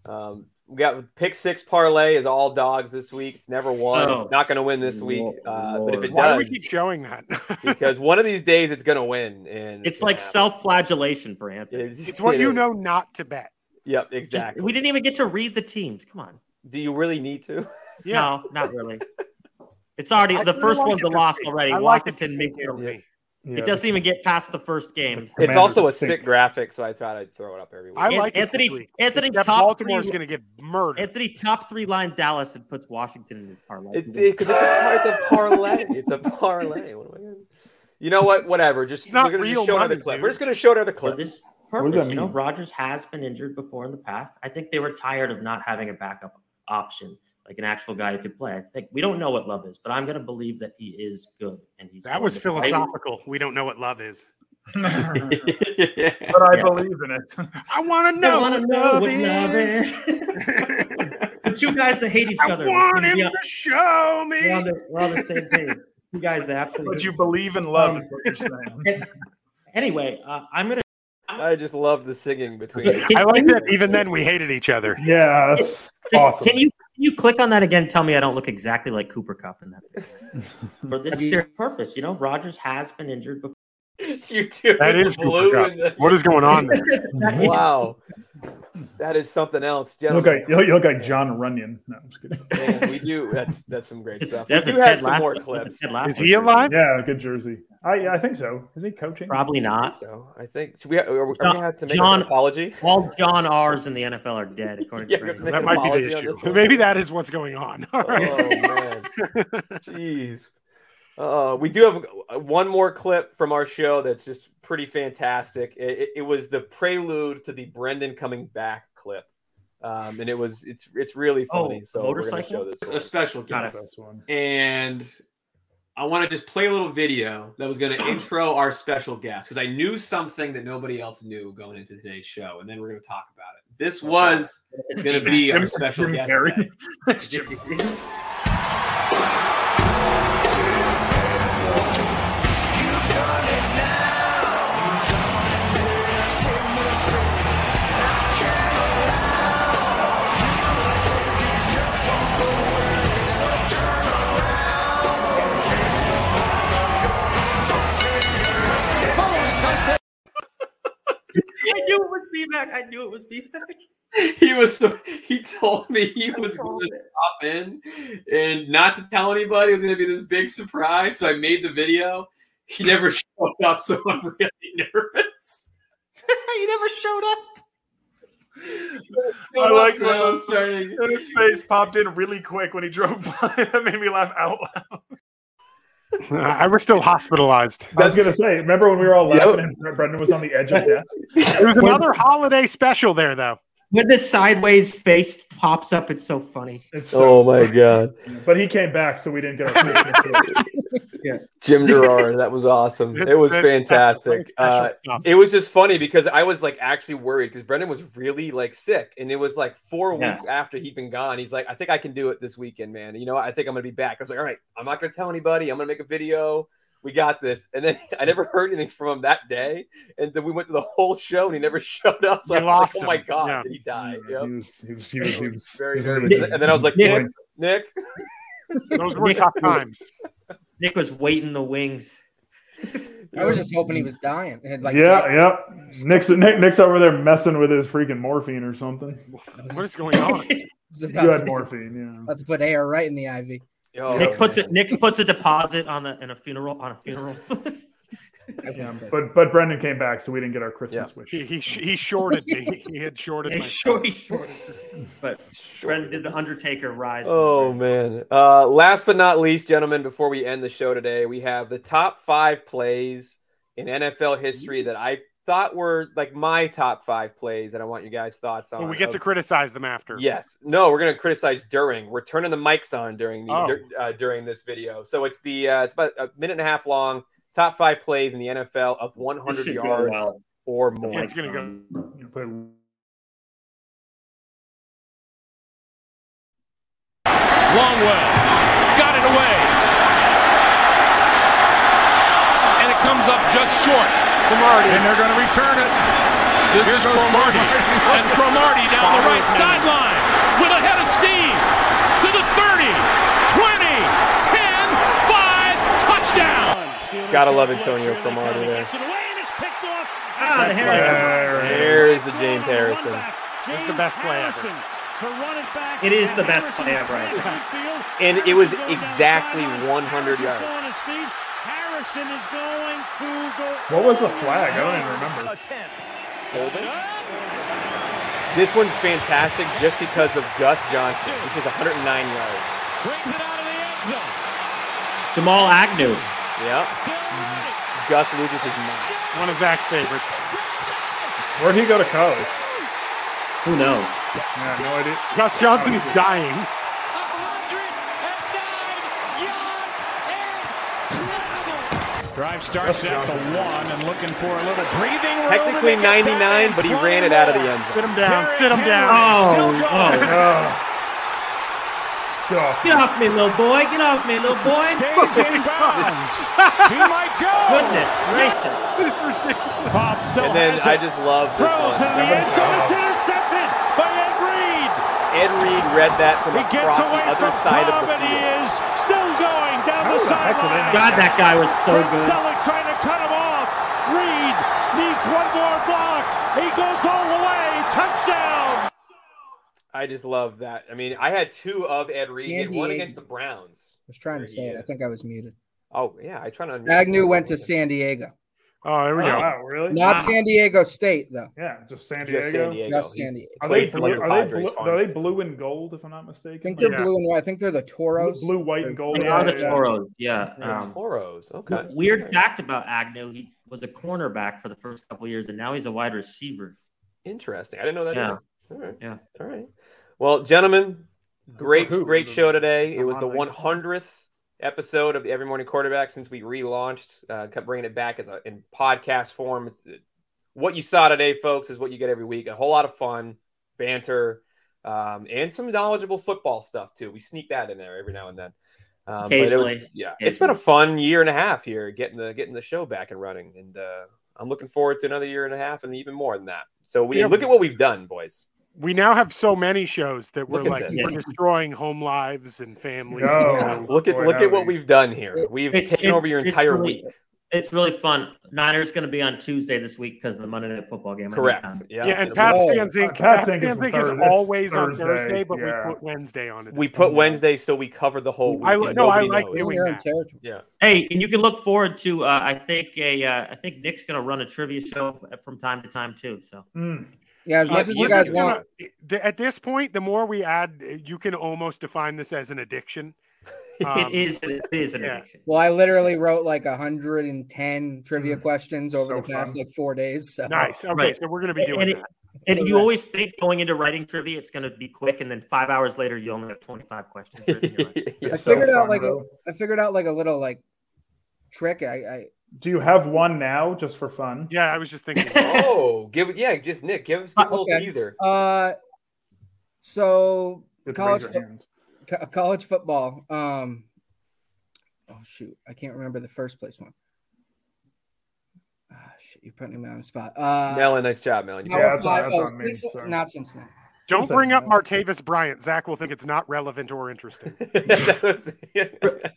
A: Um, we got pick six parlay is all dogs this week. It's never won.
C: Oh.
A: it's not going to win this week. Uh, but if it
B: Why do
A: does,
B: we keep showing that? <laughs>
A: because one of these days it's going to win. And
C: It's like self-flagellation for Anthony.
B: it's what
A: it
B: you
A: is.
B: know not to bet.
A: Yep.
C: Just-
A: Exactly.
C: we didn't even get to read the teams. Come on.
A: Do you really need to?
B: Yeah.
C: No, not really. It's already
B: I
C: the
B: really
C: first
B: like
C: one's
B: it
C: a
B: this
C: loss
B: week.
C: already.
B: I like it
C: Washington
B: this
C: makes
B: week,
C: it.
B: Anthony.
D: Yeah.
C: It doesn't even get past the first game.
A: It's
D: Commanders
A: also a
D: stink.
A: sick graphic, so I thought I'd throw it up every week.
B: I
C: An-
B: like it
C: Anthony-
B: this week.
C: Anthony
B: Except
C: top
B: Baltimore's
C: three-
B: going to get murdered.
C: Anthony top three line Dallas and puts Washington in the parlay.
A: It, it, 'cause it's, a, par- it's a
B: <laughs>
A: parlay. It's a parlay. What am I gonna- You know what? Whatever. Just
B: It's not
A: we're gonna
B: real
A: just show another
B: money,
A: clip.
B: dude.
A: We're just gonna show another
C: for
A: clip.
C: this
D: does
C: purpose,
D: that
C: you know,
D: mean?
C: Rogers has been injured before in the past. I think they were tired of not having a backup option, like an actual guy who could play. I think we don't know what Love is, but I'm going to believe that he is good and he's
B: That
C: going
B: was
C: to play.
B: philosophical. We don't know what love is.
D: But I
C: Yeah.
D: believe in it. <laughs>
B: I want to
C: I
B: know
C: want
B: what
C: to know
B: love
C: what love
B: is.
C: is. <laughs>
B: <laughs>
C: the two guys that hate each
B: I
C: other.
B: want him
C: We're
B: to
C: on-
B: show
C: we're on
B: me.
C: the, we're on the same page. Two
B: <laughs>
C: guys that absolutely.
H: But you believe in love
C: Um,
H: is what you're
C: <laughs>
H: saying.
C: Anyway, uh, I'm gonna.
A: I just love the singing between.
B: I like that. Even then, we hated each other.
D: Yeah, that's
C: Can-
D: awesome.
C: Can you can you click on that again? and Tell me I don't look exactly like Cooper Cup in that. picture? For this serious purpose, you know, Rogers has been injured before.
A: <laughs> you two.
B: That
A: with
B: is
A: the
B: Cooper
A: blue
B: Cup.
A: and the-
B: What is going
C: <laughs>
B: on there?
C: That is-
A: wow, that is something else,
D: You look
A: gentlemen.
D: like you look like John Runyon. No, I'm just
E: <laughs>
D: kidding.
A: Man, we do. That's that's some great stuff.
C: That's
A: we
C: a
A: do have
C: Ted
A: some more
C: Lasso.
A: clips.
C: Ted Lasso
B: Is he
C: jersey.
B: alive?
D: Yeah, good jersey. I yeah, I think so. Is he coaching?
C: Probably not.
A: So I think should we are, we- are we
C: John-
A: gonna have to make
C: John-
A: an apology?
C: All John R's in the NFL are dead, according
A: Yeah,
C: to Brandon.
A: make
B: That
A: an
B: might be
A: apology
B: the
A: on this
B: issue.
A: one?
B: Maybe that is what's going on. <laughs> All
E: <laughs>
A: Oh
B: right.
A: man, jeez. Uh, we do have one more clip from our show that's just pretty fantastic. It, it- it was the prelude to the Brendan coming back clip. Um, and it was it's it's really funny.
E: Oh,
A: so we're gonna
E: motorcycle?
A: show this
E: It's a special
A: Got
E: guest.
A: it.
E: And I want to just play a little video that was going to intro our special guest because I knew something that nobody else knew going into today's show, and then we're going to talk about it. This was going to be our special
H: Jim
E: guest.
H: Carrey.
E: today.
D: <laughs>
L: I knew it was B-Mac. I knew it was B-Mac.
E: he was so, he told me he was going to pop in and not to tell anybody it was going to be this big surprise so i made the video
L: <laughs>
E: he never showed up so i'm really nervous
L: he never showed up
H: I like when
E: I'm
H: starting. his face popped in really quick when he drove <laughs> by. that made me laugh out loud.
B: Uh, I was still hospitalized.
D: I was gonna say. Remember when we were all
B: Yep.
D: laughing and Bre- Brendan was on the edge of death?
B: There was another holiday special there, though.
C: When the sideways face pops up, it's so funny.
D: It's so
A: Oh my god,
D: But he came back, so we didn't
A: <laughs>
D: get our. Christmas.
A: Jim
E: <laughs>
A: Gerard, that was awesome. It was
D: It's-
A: fantastic.
D: it's special
A: Uh,
D: stuff.
A: it was just funny because I was like actually worried because Brendan was really like sick, and it was like four
E: Yeah.
A: weeks after he'd been gone. He's like, I think I can do it this weekend, man. You know, I think I'm gonna be back. I was like, all right, I'm not gonna tell anybody. I'm gonna make a video. We got this. And then <laughs> I never heard anything from him that day. And then we went to the whole show, and he never <laughs> showed up. So
D: We
A: I was
D: lost
A: like, oh my
D: him.
A: god,
D: Yeah.
A: did he die? Yep.
D: He was, he was, he was, he was
A: very
D: he was
A: nervous.
D: leaving.
A: And then I was like,
D: Yeah.
A: Nick, Nick.
B: Those were <laughs> tough times.
C: Nick was waiting in
A: <laughs>
C: the wings.
M: I was just hoping he was dying. It had, like,
D: yeah, yep. Nick's Nick, Nick's over there messing with his freaking morphine or something.
B: What is going on?
M: It's about
D: You
M: to-
D: had morphine, yeah.
M: <laughs> About to put air right in the IV.
C: Nick puts it. Nick puts a deposit on a in a funeral on
A: <laughs>
C: a funeral. <laughs>
D: But but Brendan came back, so we didn't get our Christmas wish.
B: He, he sh- he shorted me. He had shorted
C: Yeah,
B: me.
C: sure, he shorted. But Brendan did the Undertaker rise.
A: Oh man! Uh, last but not least, gentlemen, before we end the show today, we have the top five plays in NFL history that I thought were like my top five plays, and I want you guys' thoughts on.
B: Well, we get
A: of-
B: to criticize them after.
A: Yes. No, we're gonna criticize during. We're turning the mics on during the
B: Oh.
A: dur- uh, during this video. So it's the uh, it's about a minute and a half long. Top five plays in the NFL of 100
D: should go
A: yards
D: well.
A: or more.
D: It's gonna go. you know,
O: Longwell got it away. And it comes up just short. Cromartie. And they're going to return it. Here's Cromartie. and Cromartie down the right sideline with a head of steam to the 30, 20, 10, 5, touchdown.
A: Gotta love Antonio Cromartie there.
O: Ah, the
A: Harrison. There's the James Harrison.
B: It's the best play ever.
C: It is the best play ever. I think.
A: And it was exactly 100 yards.
P: Harrison is going to go.
D: What was the flag? I don't even remember.
P: Attempt.
A: This one's fantastic just because of Gus Johnson. This was 109 yards.
P: Brings it out of the end zone.
C: Jamal Agnew.
A: Yep. Gus loses his mind.
B: One of Zach's favorites.
D: Where'd he go to college?
C: Who knows?
D: Yeah, no idea.
B: Gus Johnson is dying.
P: Drive starts at the one and looking for a little breathing room.
A: Technically 99, but he ran it out of the end zone.
B: Sit him down. Sit him down.
C: Oh,
D: oh.
C: Get off me, little boy. Get off me, little boy.
P: Stays in bounds. He might go.
B: <laughs>
C: Goodness gracious.
P: This is ridiculous. Bob still
A: And then
P: has
A: I
P: it.
A: just love this
P: throws in the end zone. It's
A: one.
P: intercepted by Ed Reed.
A: Ed Reed read that from
P: He
A: across
P: gets away
A: the other
P: from
A: side of
P: Cobb,
A: the
P: and he
A: field.
P: is still going down the sideline.
C: God, that guy was so
P: Fritz
C: good.
P: Selleck trying to cut him off. Reed needs one more block. He goes all the way. Touchdown.
A: I just love that. I mean, I had two of Ed Reed. He had
M: Andy
A: one
M: Aiden.
A: against the Browns.
M: I was trying to say it. I think I was muted.
A: Oh, yeah. I try to unmute.
M: Agnew went to San Diego.
B: Oh, there we go.
D: Wow, really?
M: Not
D: Wow.
M: San Diego State, though.
D: Yeah, just San Diego.
A: Just San Diego.
M: Just San Diego.
D: Are they
A: Played for
D: blue?
A: the
D: Are they
A: Padres
D: blue, are they blue and gold? If I'm not mistaken,
M: I think they're blue and white. I think they're the Toros.
D: Oh, Blue, white, and gold.
C: They are the Toros. Yeah.
A: Yeah,
C: um,
A: Toros. Okay.
C: Weird fact about Agnew: he was a cornerback for the first couple years, and now he's a wide receiver.
A: Interesting. I didn't know that.
C: Yeah.
A: either. All right.
C: Yeah.
A: All right. Well, gentlemen, great,
C: who?
A: great show today. It was the
C: Someone
A: one
C: likes-
A: hundredth episode of the Every Morning Quarterback since we relaunched. Uh, kept bringing it back as a in podcast form. It's what you saw today, folks, is what you get every week. A whole lot of fun, banter, um, and some knowledgeable football stuff too. We sneak that in there every now and then. Um, but it was-
C: Occasionally.
A: yeah, it's been a fun year and a half here getting the getting the show back and running, and uh, I'm looking forward to another year and a half and even more than that. So we
B: Yeah.
A: look at what we've done, boys.
B: We now have so many shows that we're
A: Look at
B: like
A: this.
B: we're destroying home lives and families. <laughs>
A: Yeah, look at look at what we've done here. We've
C: It's-
A: taken
C: it's-
A: over your
C: it's
A: entire
C: really-
A: week.
C: It's really fun. Niners going to be on Tuesday this week because of the Monday Night Football game. I need
A: Correct.
C: time.
A: Yeah.
B: Yeah, and Pat Stanzig, Pat Stanzig is always on
A: Thursday,
B: Thursday, but
A: yeah.
B: we put Wednesday on it.
A: We put Wednesday so we cover the whole.
B: I
A: week
B: li-
A: and
B: no, I
A: nobody
B: like
A: knows.
B: doing that.
A: Yeah.
C: Hey, and you can look forward to. Uh, I think a. Uh, I think Nick's going to run a trivia show f- from time to time too. So
D: Hmm.
M: Yeah, as
C: Uh,
M: much as you
C: we're
M: guys
C: gonna-
M: want.
B: The- At this point, the more we add, you can almost define this as an addiction. Um,
C: <laughs> it is. It is an addiction.
M: Well, I literally wrote like 110 trivia questions over
C: so
M: the past
C: fun.
M: like four days. So. <laughs>
C: Right. and, it- And you
M: Yeah.
C: always think going into writing trivia, it's going to be quick, and then five hours later, you only have twenty-five questions.
A: <laughs>
C: written.
B: <laughs>
C: You're like,
A: I
M: figured out like a, I figured out like a little like trick. I, I
D: Do you have one now just for fun?
B: Yeah, I was just
C: <laughs>
B: thinking. <laughs>
A: oh, give yeah, just Nick, give us give us a little
M: Okay.
A: teaser.
M: Uh, so
A: With
M: college
A: razor
M: fo- co- college football. Um, oh shoot, I can't remember the first place one. Ah, shit, you're putting me on the spot. Uh,
A: Melon, nice job, Melon. You got
M: Power
A: it.
M: Five- oh, Cin- not Cincinnati.
B: Don't bring up Martavis Bryant. Zach will think it's not relevant or
C: <laughs>
B: interesting.
A: <laughs>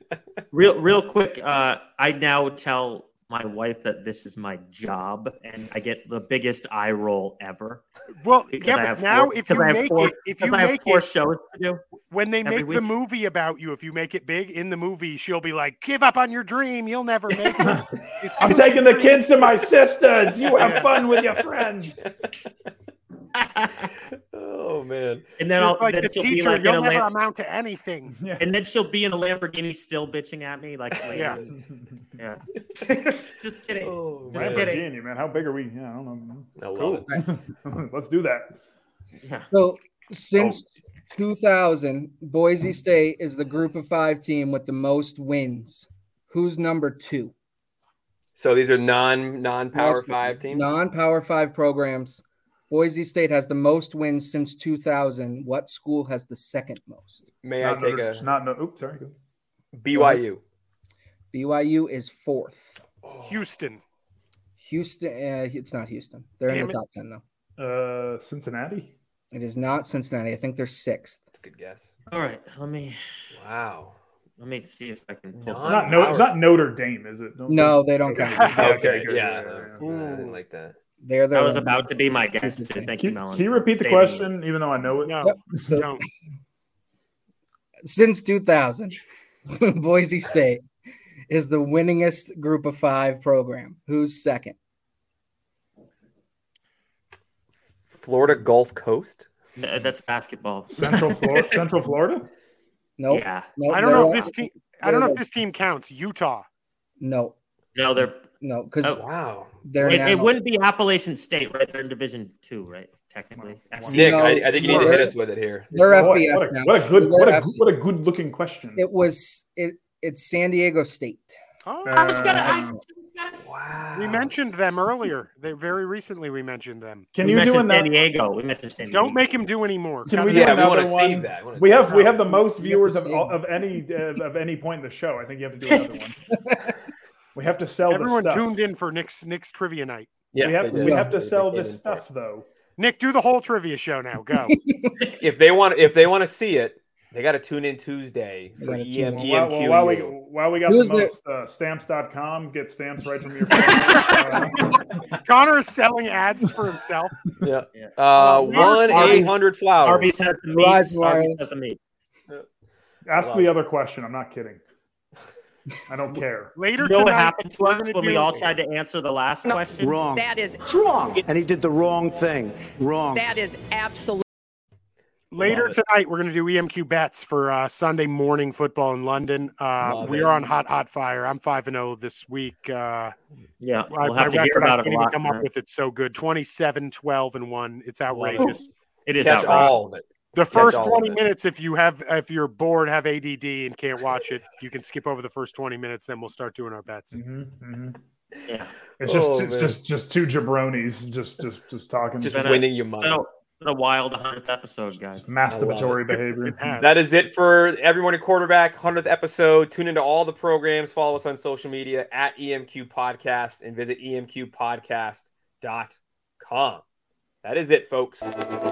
C: real, real quick. Uh, I now tell my wife that this is my job, and I get the biggest eye roll ever.
B: Well,
C: Because
B: yeah,
C: I
B: but
C: have
B: now
C: four-
B: if
C: because
B: you
C: I have
B: make
C: four-
B: it, if
C: because
B: you
C: I have
B: make
C: four
B: it,
C: shows to
B: <laughs>
C: do
B: when they
C: every
B: make the
C: week.
B: movie about you, if you make it big in the movie, she'll be like, "Give up on your dream. You'll never make it."
C: <laughs>
B: As soon
D: I'm
B: as
D: taking
B: you-
D: the kids to my sisters. You have fun with your friends.
A: Oh
C: <laughs>
A: man!
C: And then
B: She's
C: I'll
B: like
C: then
B: the
C: she'll be
B: teacher.
C: like in
B: you'll
C: a
B: never
C: Lam-
B: amount to anything.
C: <laughs> and then she'll be in a Lamborghini, still bitching at me.
B: <laughs>
C: Like,
B: Yeah. Oh.
C: later. yeah. <laughs> Just kidding.
A: Oh,
C: Just
D: Lamborghini,
C: kidding.
D: man. How big are we? Yeah, I don't know.
A: I
D: cool.
A: love
D: <laughs> Let's do that.
M: So since 2000, Boise State is the Group of Five team with the most wins. Who's number two?
A: So these are non non power
M: Most-
A: five teams.
M: Non-power five programs. Boise State has the most wins since 2000. What school has the second most?
A: May I take a
D: It's not no. Oops, sorry.
A: BYU?
M: BYU is fourth.
A: Oh,
B: Houston.
M: Houston. Uh, it's not Houston. They're in
D: Damn
M: the
D: it.
M: top ten though.
D: Uh, Cincinnati.
M: It is not Cincinnati. I think they're sixth.
A: Good guess.
C: All right, let me.
A: Wow.
C: Let me see if I can pull.
D: It's
C: some-
D: not, no, it's not Notre Dame, is it?
M: No, they don't
D: <laughs> Okay.
M: count.
D: Okay,
A: Oh, Okay,
D: good,
A: yeah,
D: yeah,
A: that
D: yeah,
A: was-
D: yeah.
A: I didn't like that.
M: They're the
C: That was about to be my guess too. Thank you, Melon.
D: Can you repeat the
C: Saving
D: question, even though I know it?
M: Yep, so- since 2000. <laughs> Boise State is the winningest Group of Five program. Who's second?
A: Florida Gulf Coast.
C: me. No, that's basketball. <laughs>
D: Central Florida. Central Florida.
M: Nope.
C: Yeah.
D: oh,
M: Nope,
B: I don't
M: they're
B: know
M: all-
B: if this team. I don't know if this team counts. Utah.
M: No,
C: No, they're
M: no, because
C: Oh.
A: wow,
M: they're uh,
C: it, it
M: now-
C: wouldn't be Appalachian State, right? They're in Division Two, right? Technically, FC.
A: Nick, I, I think you need to hit us with it here.
M: They're
D: Oh, What-
M: FBS
D: What a,
M: now.
D: what a good,
M: They're
D: what a,
M: FC.
D: what a good looking question.
M: It was it. It's San Diego State.
C: Oh.
D: I was gonna-
B: I-
A: Wow.
B: We mentioned them earlier. They very recently we mentioned them.
D: Can you do
C: mentioned San
D: another?
C: Diego. We mentioned San Diego.
B: Don't make him do any more.
D: Can we do
A: Yeah, we
D: another
A: wanna
D: one?
A: save that. I wanna
D: We
A: save
D: have we
A: that.
D: have the
A: We
D: most
A: have to
D: viewers of
A: save
D: all, of any of, of any point in the show. I think you have to
M: <laughs>
D: do another one. We have to sell
B: Everyone
D: this stuff.
B: tuned in for Nick's Nick's trivia night.
A: Yeah,
D: we have
A: they did.
D: we have to
A: They
D: sell
A: came
D: this
A: in
D: stuff though.
B: Nick, do the whole trivia show now. Go. <laughs>
A: if they want if they want to see it, they got to tune in Tuesday
M: They
A: for E
M: gotta
A: EM,
M: tune in.
D: While,
A: EMQ.
D: while we while we got
M: Who's
D: the
M: the-
D: most uh, stamps.com, get stamps right from your Uh, phone.
B: Connor is selling ads for himself.
A: yeah. Uh, one eight hundred flowers.
C: Arby's has the meat.
M: Rise,
C: Arby's
M: Lions.
C: has the meat.
D: Ask the other question. I'm not kidding. I don't care.
B: Later
C: You know what
B: tonight,
C: happened to
B: we're
C: us
B: gonna
C: when we
B: do-
C: all tried to answer the last question?
I: Wrong.
F: That is
I: wrong. And he did the wrong thing. Wrong.
F: that is absolutely
B: Later
A: Love
B: tonight, we're going to do EMQ bets for uh, Sunday morning football in London. Uh,
A: Love
B: we
A: it.
B: are on hot, hot fire. I'm five and zero this week. Uh,
C: Yeah,
B: I-
C: we'll
B: my
C: have to hear
B: record, I
C: about it
B: can't
C: a
B: even
C: lot.
B: come up
C: man.
B: with it so good. 27, 12, and one. It's
A: it.
C: <laughs>
B: outrageous.
C: It is
A: Catch
C: outrageous.
A: all of it.
B: The
A: Catch
B: first
A: all of
B: twenty
A: it.
B: minutes, if you have, if you're bored, have ADD and can't watch it, you can skip over the first twenty minutes. Then we'll start doing our bets.
C: Yeah,
D: Mm-hmm, It's just
B: Oh,
D: it's
B: man.
D: just just two jabronis just just just talking
C: It's been a- It's been a- been a wild 100th episode, guys.
D: masturbatory
C: Mm-hmm.
D: behavior.
A: <laughs> That is it for everyone at quarterback. Hundredth episode. Tune into all the programs. Follow us on social media at EMQ Podcast E and visit emqpodcast.com. That is it, folks.